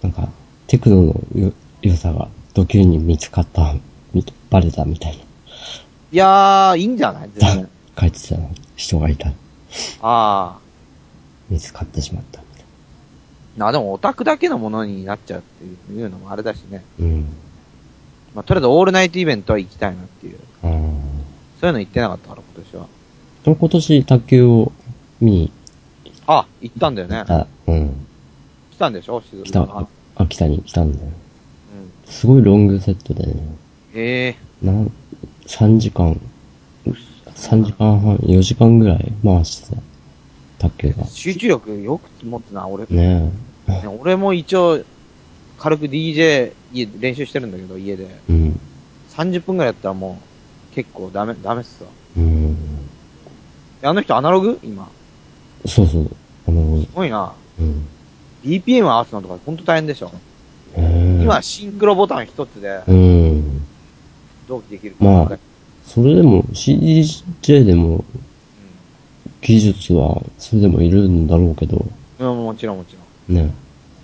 B: うけど、
C: なんか、テクノのよ良さが度胸に見つかった、みバレたみたいな。
B: いやー、いいんじゃない全 然。
C: 書いてた人がいた。
B: あ
C: 見つかってしまったみたい
B: ー。な、でもオタクだけのものになっちゃうっていうのもあれだしね。
C: な。うん。
B: まあ、とりあえずオールナイトイベントは行きたいなっていう。
C: ああ。
B: そういうの行ってなかったから、今年は。
C: でも今年卓球を見に
B: あ、行ったんだよ
C: 行
B: ね
C: っ。た。うん。
B: 来たんでしょ静
C: 来
B: 岡。
C: た、秋田に来たんだよ。
B: うん。
C: すごいロングセットでね。
B: ええ
C: なん、3時間、3時間半、4時間ぐらい回してた。卓球が
B: ー、。集中力よく持ってな、俺。
C: ねえ。
B: ね俺も一応、軽く DJ 家で練習してるんだけど、家で。
C: うん。
B: 30分ぐらいやったらもう、結構ダメ、ダメっすわ。
C: うん。
B: であの人アナログ今。
C: そうそう。あの
B: す、ごいな。
C: うん。
B: BPM 合わせるのとかほんと大変でしょ。
C: へえ
B: 今、シンクロボタン一つで、
C: うん。
B: 同期できる。
C: まあ
B: うん
C: それでも CDJ でも技術はそれでもいるんだろうけど、
B: うん、もちろんもちろん。
C: ね。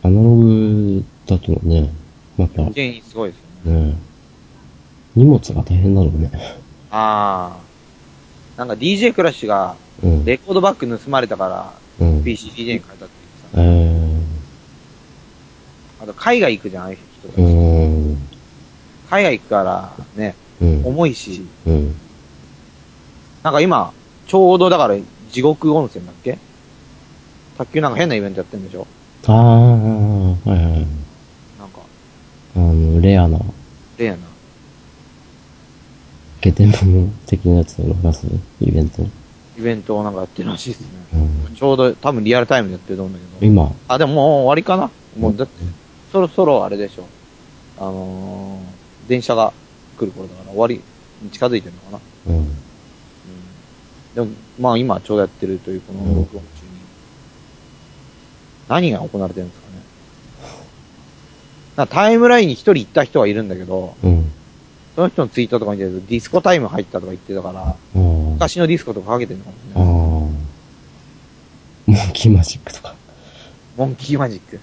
C: アナログだとね、また、ね。
B: 現にすごいですよね。
C: 荷物が大変だろうね。
B: ああ。なんか DJ クラッシュが、
C: うん。
B: レコードバッグ盗まれたから、
C: うん。え
B: PCDJ に変えたって言ってた。
C: ー、
B: あと、海外行くじゃん、ああいう人た
C: う
B: ち。
C: ん。
B: 海外行くから、ね、
C: うん。
B: 重いし、
C: うん。
B: なんか今、ちょうどだから、地獄温泉だっけ卓球なんか変なイベントやってんでしょ
C: ああ、はいはい。
B: なんか、
C: あの、レアな、
B: レアな。
C: ゲテモノ的なやつを流すイベント。
B: イベントをなんかやってるらしいですね。
C: うん、
B: ちょうど多分リアルタイムでやってると思うんだけど。
C: 今、
B: あ、でももう終わりかなもうだって、そろそろあれでしょ。あのー、電車が来る頃だから終わりに近づいてるのかな。
C: うん。
B: うん。でも、まあ今ちょうどやってるというこの
C: うん
B: 録音中に。何が行われてるんですかね。なんかタイムラインに一人行った人はいるんだけど、
C: うん。
B: その人のツイートとか見てるとディスコタイム入ったとか言ってたから、
C: ああ。
B: 昔のディスコとかかけてるのかもしれな
C: ああ。
B: い。
C: モンキーマジックとか。
B: モンキーマジック。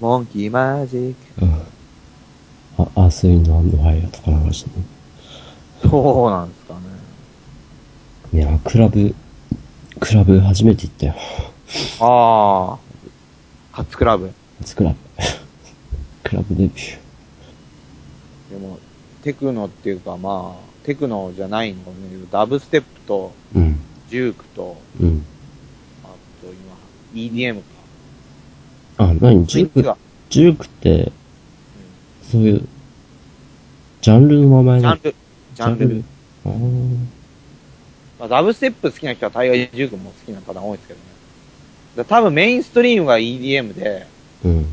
B: モンキーマジッ
C: うん。あ、アースインドアンドファイヤーとか流してね。
B: ク。どうなんですかね。
C: いや、クラブ、クラブ初めて行ったよ。
B: ああ。カッツクラブ。
C: 初クラブ。 クラブデビュ
B: でも、テクノっていうかまあ、テクノじゃないのかもしれないけど、ダブステップと、
C: ー。うん。
B: ジュークと、
C: うん。
B: あと今、EDM か。
C: あ、なに、ジュー
B: 19
C: ク
B: が、、
C: ジュークって、そういう、ジャンルの名
B: う
C: 前
B: んジャ
C: な
B: ンル、ジャンル。。
C: ああ。
B: まあ、ダブステップ好きな人は大概ジュークも好きなパターン多いですけどね。だから多分メインストリームが EDM で、
C: うん。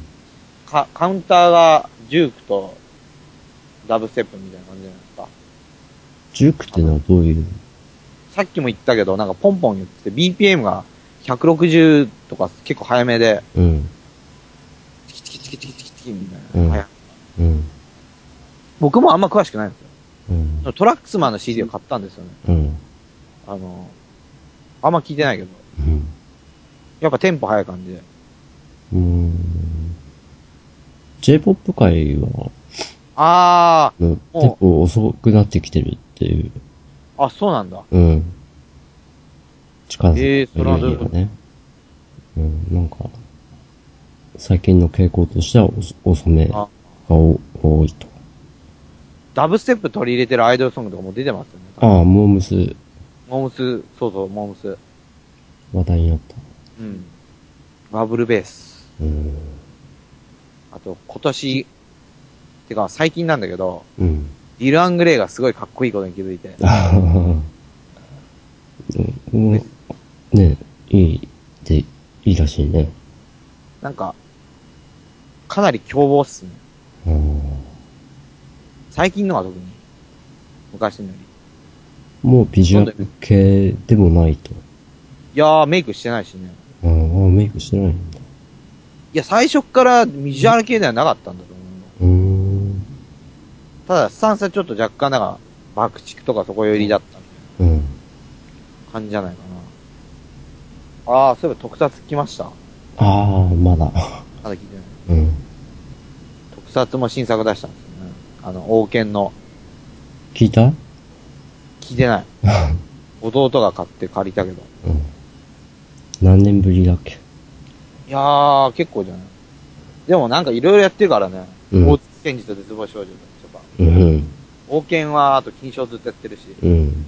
B: カカウンターがジュークとダブステップみたいな感じじゃないですか。
C: ジュークってのはどういう、
B: さっきも言ったけど、なんかポンポン言ってて、BPM が160とか結構早めで、
C: うん。
B: チキチキチキチキチキチキみたい
C: うん
B: な。早い
C: うん。
B: 僕もあんま詳しくないんです
C: うん。
B: よ。トラックスマンの CD を買ったんですよね。
C: うん。
B: あの、あんま聞いてないけど、
C: うん。
B: やっぱテンポ早い感じで。
C: うーん J-POP 界は、
B: あ
C: うん
B: お
C: 結構遅くなってきてるっていう。
B: あ、そうなんだ。
C: うん。力
B: えーそれはどういうこと
C: ね。うん、なんか、最近の傾向としては遅遅めが
B: あ、
C: 多多いと。
B: ダブステップ取り入れてるアイドルソングとかも出てますよね。
C: ああ、モームス
B: モームス、そうそう、モームス。
C: 話題になった。
B: うん。バブルベース。
C: うん。
B: あと、今年、てか最近なんだけど、
C: うん。
B: ディル・アングレイがすごいかっこいいことに気づいて。
C: あははうんねいい、で、いいらしいね。
B: なんか、かなり凶暴っすね。
C: うん
B: 最近のは特に。昔のより。
C: もうビジュアル系でもないと。
B: いやー、メイクしてないしね。
C: うん、あメイクしてないんだ。
B: いや、最初っからビジュアル系ではなかったんだと思う。
C: うーん。
B: ただ、スタンスはちょっと若干なんか、爆竹とかそこ寄りだった
C: うん。
B: 感じじゃないかな。あー、そういえば特撮来ました。
C: ああ、まだ。
B: まだ聞いてない。
C: うん。
B: 特撮も新作出したんですよね。あの、王権の。
C: 聞いた
B: 聞いてない。弟が買って借りたけど。
C: うん。何年ぶりだっけ
B: いやー、結構じゃない。でもなんかいろいろやってるからね。
C: うん
B: 大津賢治と絶望少女とか。
C: うん。
B: 王権は、あと金賞ずっとやってるし。
C: うん。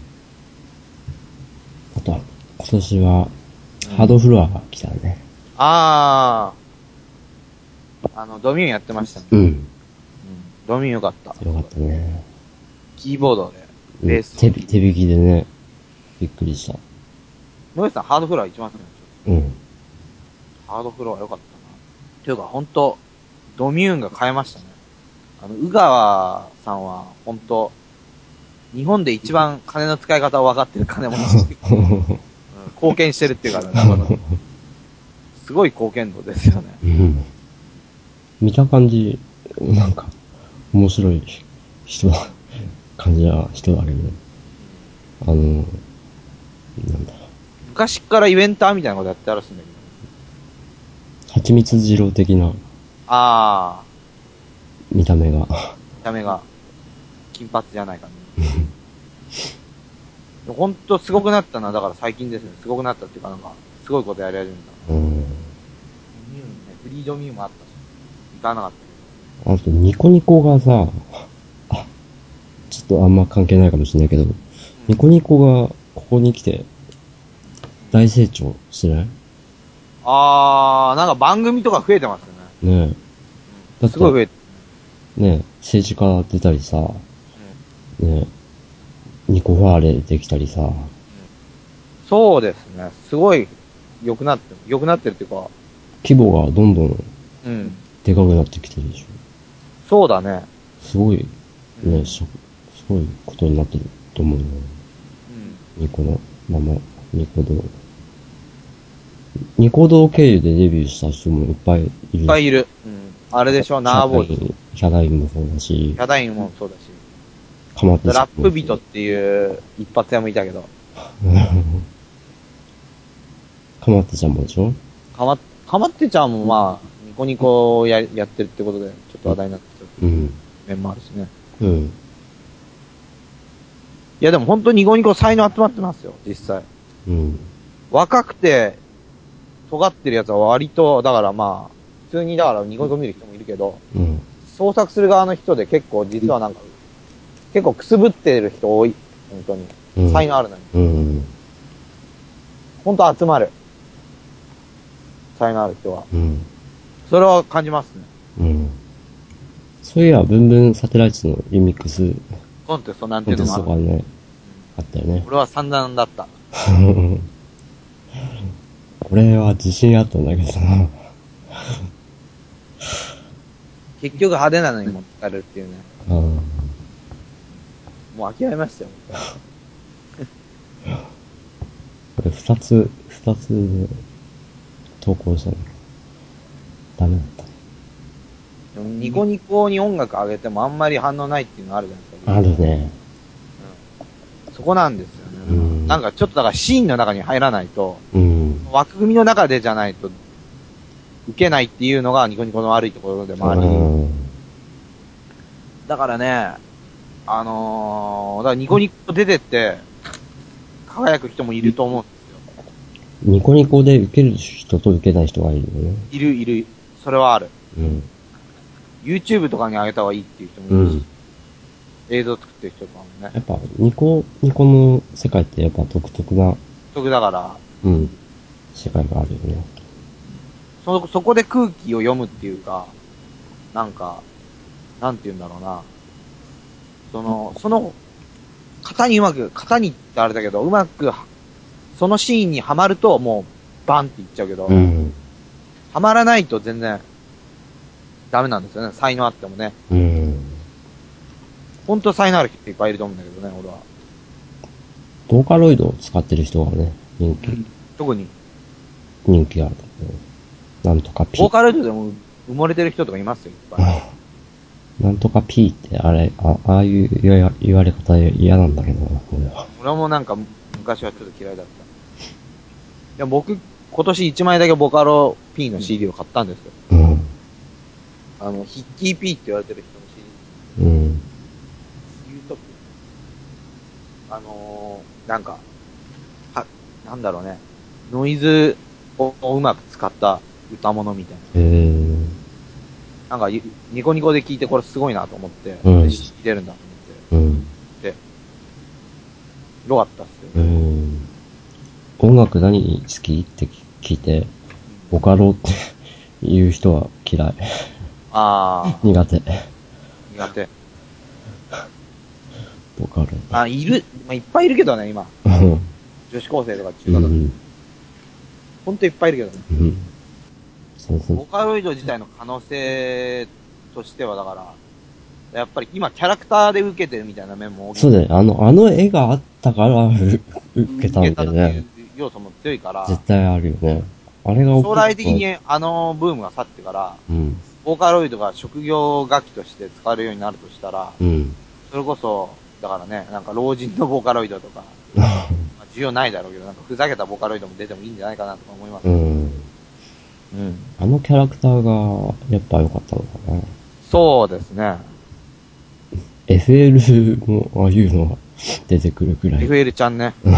C: あと、今年は、ハードフロアが来たね。
B: あー。あの、ドミューンやってましたね。
C: うん。
B: うんドミューンよかった。
C: よかったね。
B: キーボードで。
C: うん
B: ベース。
C: 手び手引きでね、びっくりした。
B: 野口さん、ハードフロア一番好きなんですよ。
C: うん。
B: ハードフロア良かったな。というか、ほんと、ドミューンが変えましたね。あの、宇川さんは、ほんと、日本で一番金の使い方を分かってる金持ち っていうか、うん貢献してるっていうかね、すごい貢献度ですよね。
C: うん。見た感じ、なんか、面白い人だ、感じな人だけど、あの、なんだろう、
B: 昔っからイベンターみたいなことやってたらしいんだけど。
C: 蜂蜜二郎的な
B: あ
C: 見た目が、
B: ー、見た目が、金髪じゃないかね。ほんとすごくなったな、だから最近ですね。すごくなったっていうか、なんか、すごいことやり始めた。
C: うん。
B: ミューンね、フリードミューンもあったし、行かなかった
C: あと、ニコニコがさ、あ、ちょっとあんま関係ないかもしれないけど、ニコニコがここに来て、大成長してな
B: け
C: い
B: ど。あー、なんか番組とか増えてますよね。
C: ねだって
B: すごい増えて。
C: え、ねえ、政治家出たりさ、ねえ、ニコファーレできたりさ、
B: そうですね、すごい良くなって、良くなってるっていうか、
C: 規模がどんどん
B: うん。
C: でかくなってきてるでしょ。
B: そうだね。
C: すごい、
B: う
C: ね、
B: ん
C: しょすごいことになってると思うね。
B: うん。
C: ニコのまま、ニコ動。ニコ動経由でデビューした人もいっぱいいる。
B: いっぱいいる。うん。あれでしょ、ナーボーイ。
C: イ。ヒャダインもそうだし
B: ヒ、ャダインもそうだし。
C: カマテ
B: ラップビ トっ。ていう一発屋もいたけど、
C: カマテちゃんもでしょ
B: かま、かまってちゃんもまあ、ニコニコをややってるってことで、ちょっと話題になってる
C: うん。
B: 面もあるしね。
C: うん。
B: いやでも本当にニコニコ才能集まってますよ、実際。
C: うん。
B: 若くて、尖ってるやつは割と、だからまあ、普通にだからニコニコ見る人もいるけど、
C: うん。
B: 創作する側の人で結構実はなんか、結構くすぶってる人多い。本当
C: うん
B: に。才能あるのに。
C: うん。
B: 本当集まる。才能ある人は。
C: うん。
B: それは感じますね。
C: うん。そういや、ブンブンサテライトのリミックス
B: コンテストなんてい
C: コン
B: う
C: テ
B: の
C: スト
B: もあ
C: が
B: る。
C: ね、あったよね。
B: 俺は散々だった。
C: 俺は自信あったんだけどな。
B: 結局派手なのにも疲れるっていうね。
C: うん
B: もう諦めましたよ。
C: これ二つ、二つ投稿したの。ダメだったね。
B: でもニコニコに音楽上げてもあんまり反応ないっていうのあるじゃないですか。
C: あるね。
B: そこなんですよ
C: う
B: ね。
C: ん
B: なんかちょっとだからシーンの中に入らないと、
C: うん。
B: 枠組みの中でじゃないと、受けないっていうのがニコニコの悪いところでもあり。
C: うん
B: だからね、あのー、だからニコニコ出てって、輝く人もいると思うんですよ。
C: ニコニコで受ける人と受けない人がいるよね。
B: いる、いる。それはある。
C: うん。
B: YouTube とかに上げた方がいいっていう人
C: う
B: もいるし、
C: ん。
B: 映像作ってる人とかもね。
C: やっぱ、ニコ、ニコの世界ってやっぱ独特な、
B: 得だから、
C: うん、世界があるよね。
B: そ、そこで空気を読むっていうか、なんか、なんて言うんだろうな。その、その、型にうまく、型にってあれだけど、うまく、そのシーンにはまると、もう、バンっていっちゃうけど、
C: うん。
B: はまらないと全然、ダメなんですよね。才能あってもね。
C: うん。
B: 本当才能ある人っていっぱいいると思うんだけどね、俺は。
C: ボーカロイドを使ってる人がね、人気、
B: 特に、
C: 人気がある、ね。なんとか P
B: ボー。カロイドでも埋もれてる人とかいますよ、いっぱい。
C: なんとか P って、あれ、あああいう言わ言われ方嫌なんだけどな、俺は。
B: 俺もなんか、昔はちょっと嫌いだった。いや、僕、今年1枚だけボカロ P の CD を買ったんですよ。
C: うん。
B: あの、ヒッキー P って言われてる人の CD。
C: うん。
B: ユートピアあのー、なんか、は、なんだろうね。ノイズをうまく使った歌物みたいな。
C: えー、
B: なんかゆ、ニコニコで聞いてこれすごいなと思って、
C: うん
B: で知ってるんだと思って、
C: うん。
B: よかったっすよ。
C: うん。音楽何好きって聞いて、ボカロって言う人は嫌い。
B: あ
C: 苦手。
B: ー、苦手。
C: ボカロ。
B: あ、いる、まあ、いっぱいいるけどね、今。
C: うん。
B: 女子高生とか中
C: う
B: 学生。
C: ん。
B: ほんといっぱいいるけどね。
C: うん。そうそ
B: ボ
C: う。
B: カロイド自体の可能性としては、だから、やっぱり今キャラクターで受けてるみたいな面も大きい。
C: そうだよ。あの、あの絵があったから、う受けたんだ
B: 受け
C: よね。
B: たっていう要素も強いから、
C: 絶対あるよね。あれが大きい
B: 将来的。にあのブームが去ってから、
C: うん。
B: ボーカロイドが職業楽器として使われるようになるとしたら、
C: うん。
B: それこそ、だからね、なんか老人のボーカロイドとか、まあ需要ないだろうけど、なんかふざけたボーカロイドも出てもいいんじゃないかなとか思います
C: う。ん。
B: うん。
C: あのキャラクターが、やっぱ良かったのかな。
B: そうですね。
C: FL も、ああいうのが出てくるくらい。
B: FL ちゃんね。
C: うん。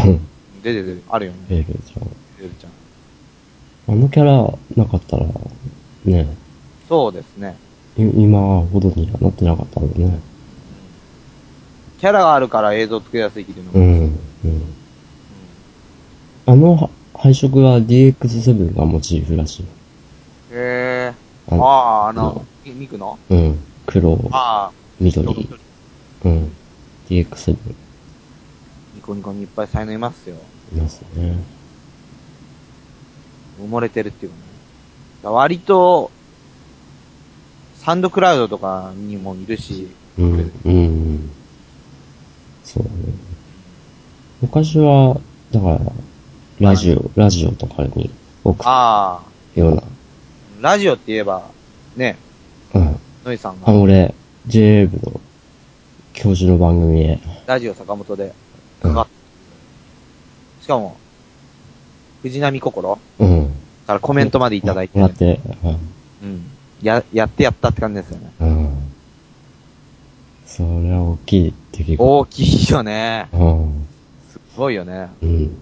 B: 出てる、あるよね。
C: FL じゃん。
B: FL ちゃん。
C: あのキャラなかったら、ね、
B: そうですね。
C: い今ほどにはなってなかったもんね。
B: キャラがあるから映像作りやすいっていうのも。
C: う
B: うん
C: ん、うん。あのは配色は DX7 がモチーフらしい。
B: へえ。
C: あ
B: ー。
C: の
B: ああ、あの、みミクの
C: うん。黒、
B: ああ、
C: 緑。うん。DX7
B: ニコニコにいっぱい才能いますよ。
C: いますね。
B: 埋もれてるっていうかね。だ割と、サンドクラウドとかにもいるし、
C: うん、うん。そうだね。昔は、だから、ラジオ、ラジオとかに送
B: ああ、
C: るような。
B: ラジオって言えば、ね、
C: うん。
B: ノイさん
C: あの、
B: が、
C: 俺、j 部の教授の番組へ。
B: ラジオ坂本で、
C: うん
B: かしかも、藤波心
C: うん。
B: からコメントまでいただいて、
C: もらって、うん。
B: うん。や、やってやったって感じですよね。
C: うん。それは大きい出来事。
B: 大きいよね。
C: うん。
B: すごいよね。
C: うん。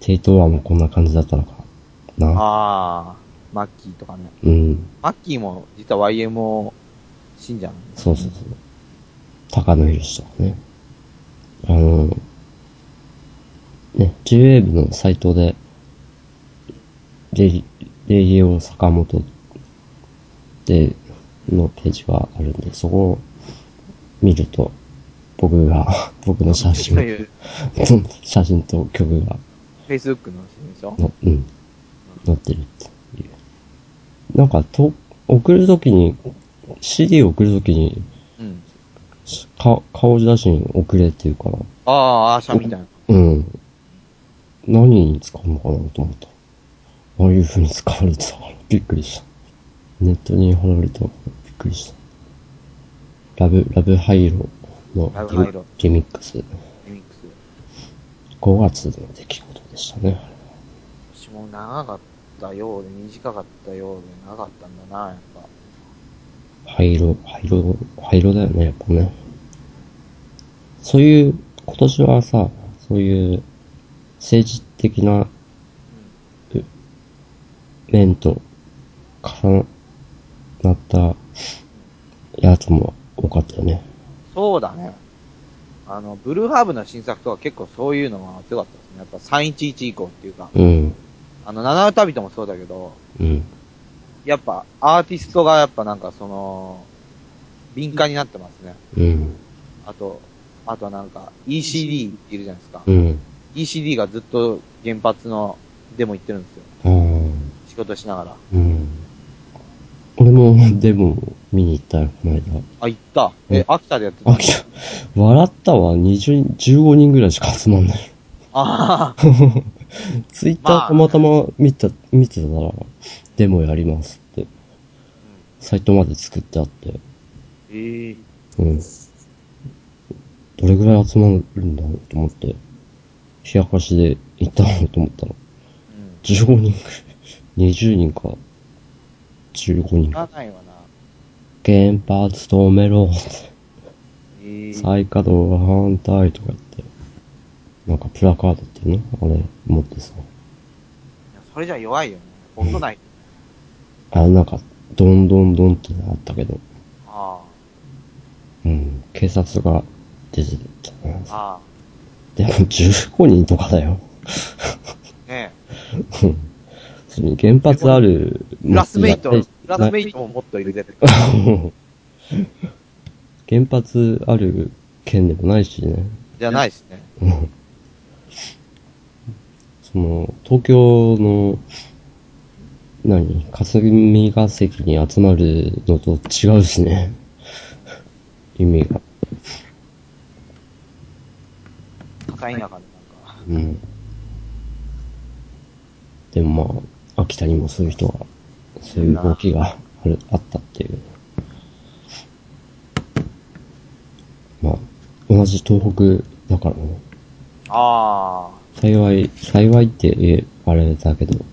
C: テイトワもこんな感じだったのか。な。
B: ああ、マッキーとかね。
C: うん。
B: マッキーも実は YMO 信者なんです。
C: そうそうそう。高野博士とかね。あの、ね、j w a v のサイトで、レイレイオ坂本で、のページがあるんで、そこを見ると、僕が、僕の写
B: そ
C: 真が
B: ういう、
C: 写真と曲が
B: Facebook の人でしょ
C: の、うん。載ってるっていう。なんか、と、送るときに、CD を送るときに、
B: うん。
C: か、顔写真送れっていうから、
B: ああ、アーシャみたいな。
C: うん。何に使うのかなと思った。ああいう風に使われてたから、びっくりした。ネットに貼られたから、びっくりした。ラブ、ラブハイロの
B: ラブハイロ
C: リミックス。
B: リミックス。
C: 5月の出来事でしたね。
B: 私も長かったようで、短かったようで、長かったんだな、やっぱ。
C: 灰色、灰色、灰色だよね、やっぱね。そういう、今年はさ、そういう政治的なう面と重なったやつも多かったよね。
B: そうだね。あの、ブルーハーブの新作とか結構そういうのが強かったですね。やっぱ311以降っていうか、
C: うん、
B: あの、七歌人もそうだけど、
C: うん、
B: やっぱアーティストがやっぱなんかその、敏感になってますね。
C: うん、
B: あと、あとはなんか ECD っているじゃないですか。
C: うん、
B: ECD がずっと原発のデモ行ってるんですよ。
C: あー
B: 仕事しながら。
C: うん。俺も、 でも、見に行ったよ、この間。
B: あ、行った。え、秋田でやってた。
C: あ、来た。笑ったわ。20、15人ぐらいしか集まんない。
B: ああ、
C: ツイッターたまたま見た、見てたら、デモやりますって。サイトまで作ってあって。
B: ええ
C: うん。どれぐらい集まるんだろうと思って、冷やかしで行ったのと思ったら、
B: うん。
C: 15人くらい、20人か、15人
B: 行
C: か。
B: かないわな。
C: 原発止めろって。
B: ええ
C: 再稼働は反対とか言って、なんかプラカードっていうのあれ持ってさ、
B: いやそれじゃ弱いよね。ほんとない。
C: あれなんか、どんどんどんってあったけど、
B: あ
C: うん、警察が出てたな
B: あ、。あ
C: でも15人とかだよ。
B: あ、ね
C: うんそれに原発ある、
B: え。クラスメイト、
C: やっ
B: ク
C: て
B: ラスメイトももっと入れ てる。
C: 原発ある県でもないしね。
B: じゃないですね。
C: うんその、東京の、何霞が関に集まるのと違うしね。意味が。
B: 高田舎でなんか。
C: うん。でもまあ、秋田にもそういう人が、そういう動きがある、あったっていう。まあ、同じ東北だからね。
B: あ
C: 幸い、幸いって言えあれだけど、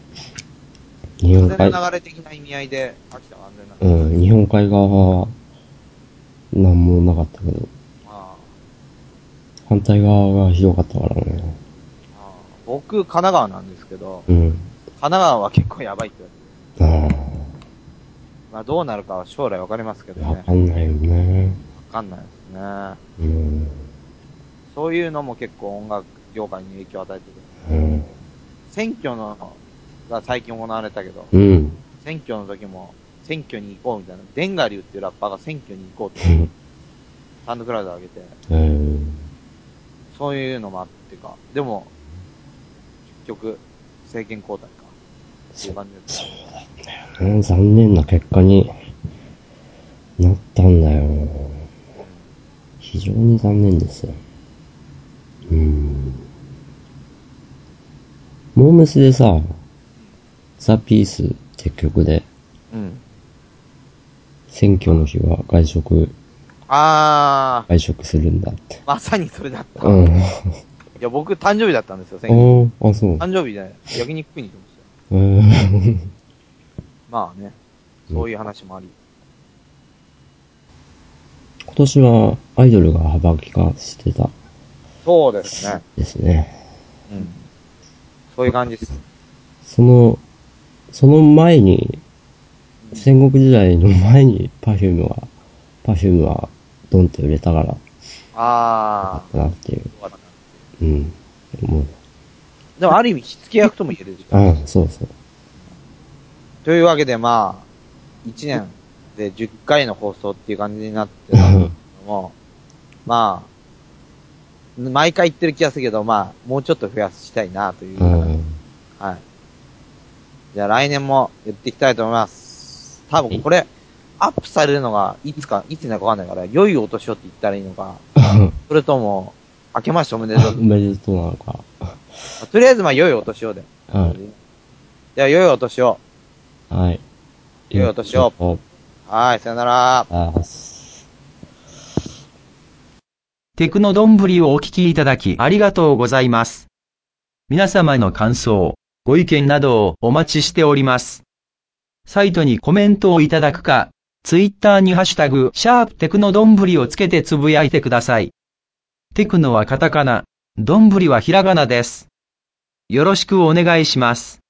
C: 日
B: あ、
C: 本
B: 風
C: 海、
B: の流れ的な意味合いで、秋田は安全なの。
C: うん、日本海側は、なんもなかったけど、
B: あ
C: 反対側がひどかったからね。
B: あああ僕、神奈川なんですけど、
C: うん。
B: 神奈川は結構やばいって言われてる。
C: ああ、
B: まあどうなるかは将来わかりますけどね。
C: わ
B: わ
C: かんないよね。
B: かんないですね。
C: うん。
B: そういうのも結構音楽業界に影響を与えてる。
C: うん。
B: 選挙の、が最近行われたけど、
C: うん。
B: 選挙の時も、選挙に行こうみたいな。デンガリューっていうラッパーが選挙に行こうって、サンドクラウド上げて、
C: うん。
B: そういうのもあってか。でも、結局、政権交代か。っていう感じです。
C: うん残念な結果になったんだよ。非常に残念ですよ。うん。モームスでさ、ザ・ピースって曲で、
B: うん。
C: 選挙の日は外食、
B: あー、
C: 外食するんだって。
B: まさにそれだった。
C: う
B: い
C: ん。
B: や、僕誕生日だったんですよ、選挙。
C: おーあ、そう。
B: 誕生日で焼肉食いに行きましたよ。
C: うん。
B: まあね、そういう話もあり。
C: 今年はアイドルが幅利かしてた
B: そうですね。
C: ですね。
B: うん。そういう感じです。
C: その、その前に、戦国時代の前に Perfume は、Perfume はドンって売れたから
B: あ
C: なっていう。
B: ー。
C: うん。もう、
B: でもある意味、火付け役とも言えるでしょ。
C: ああ、そうそう。
B: というわけで、まあ、1年で10回の放送っていう感じになって
C: う
B: たんです
C: ん。
B: けども、まあ、毎回言ってる気がするけど、まあ、もうちょっと増やしたいなという。
C: うん。
B: はい。じゃあ来年もやっていきたいと思います。多分これ、アップされるのが、いつか、いつになるかわかんないから、良いお年をって言ったらいいのか、それとも、明けましておめでとう
C: お。めでとうなのか。
B: とりあえず、まあ、良いお年をで。
C: はい。
B: じゃあ、良いお年を。
C: はい。
B: 良いお年を。
C: お
B: はい、さよなら。
C: ああ、す
D: テクノどんぶりをお聞きいただきありがとうございます。皆様の感想、ご意見などをお待ちしております。サイトにコメントをいただくか、ツイッターにハッシュタグ、シャープテクノどんぶりをつけてつぶやいてください。テクノはカタカナ、どんぶりはひらがなです。よろしくお願いします。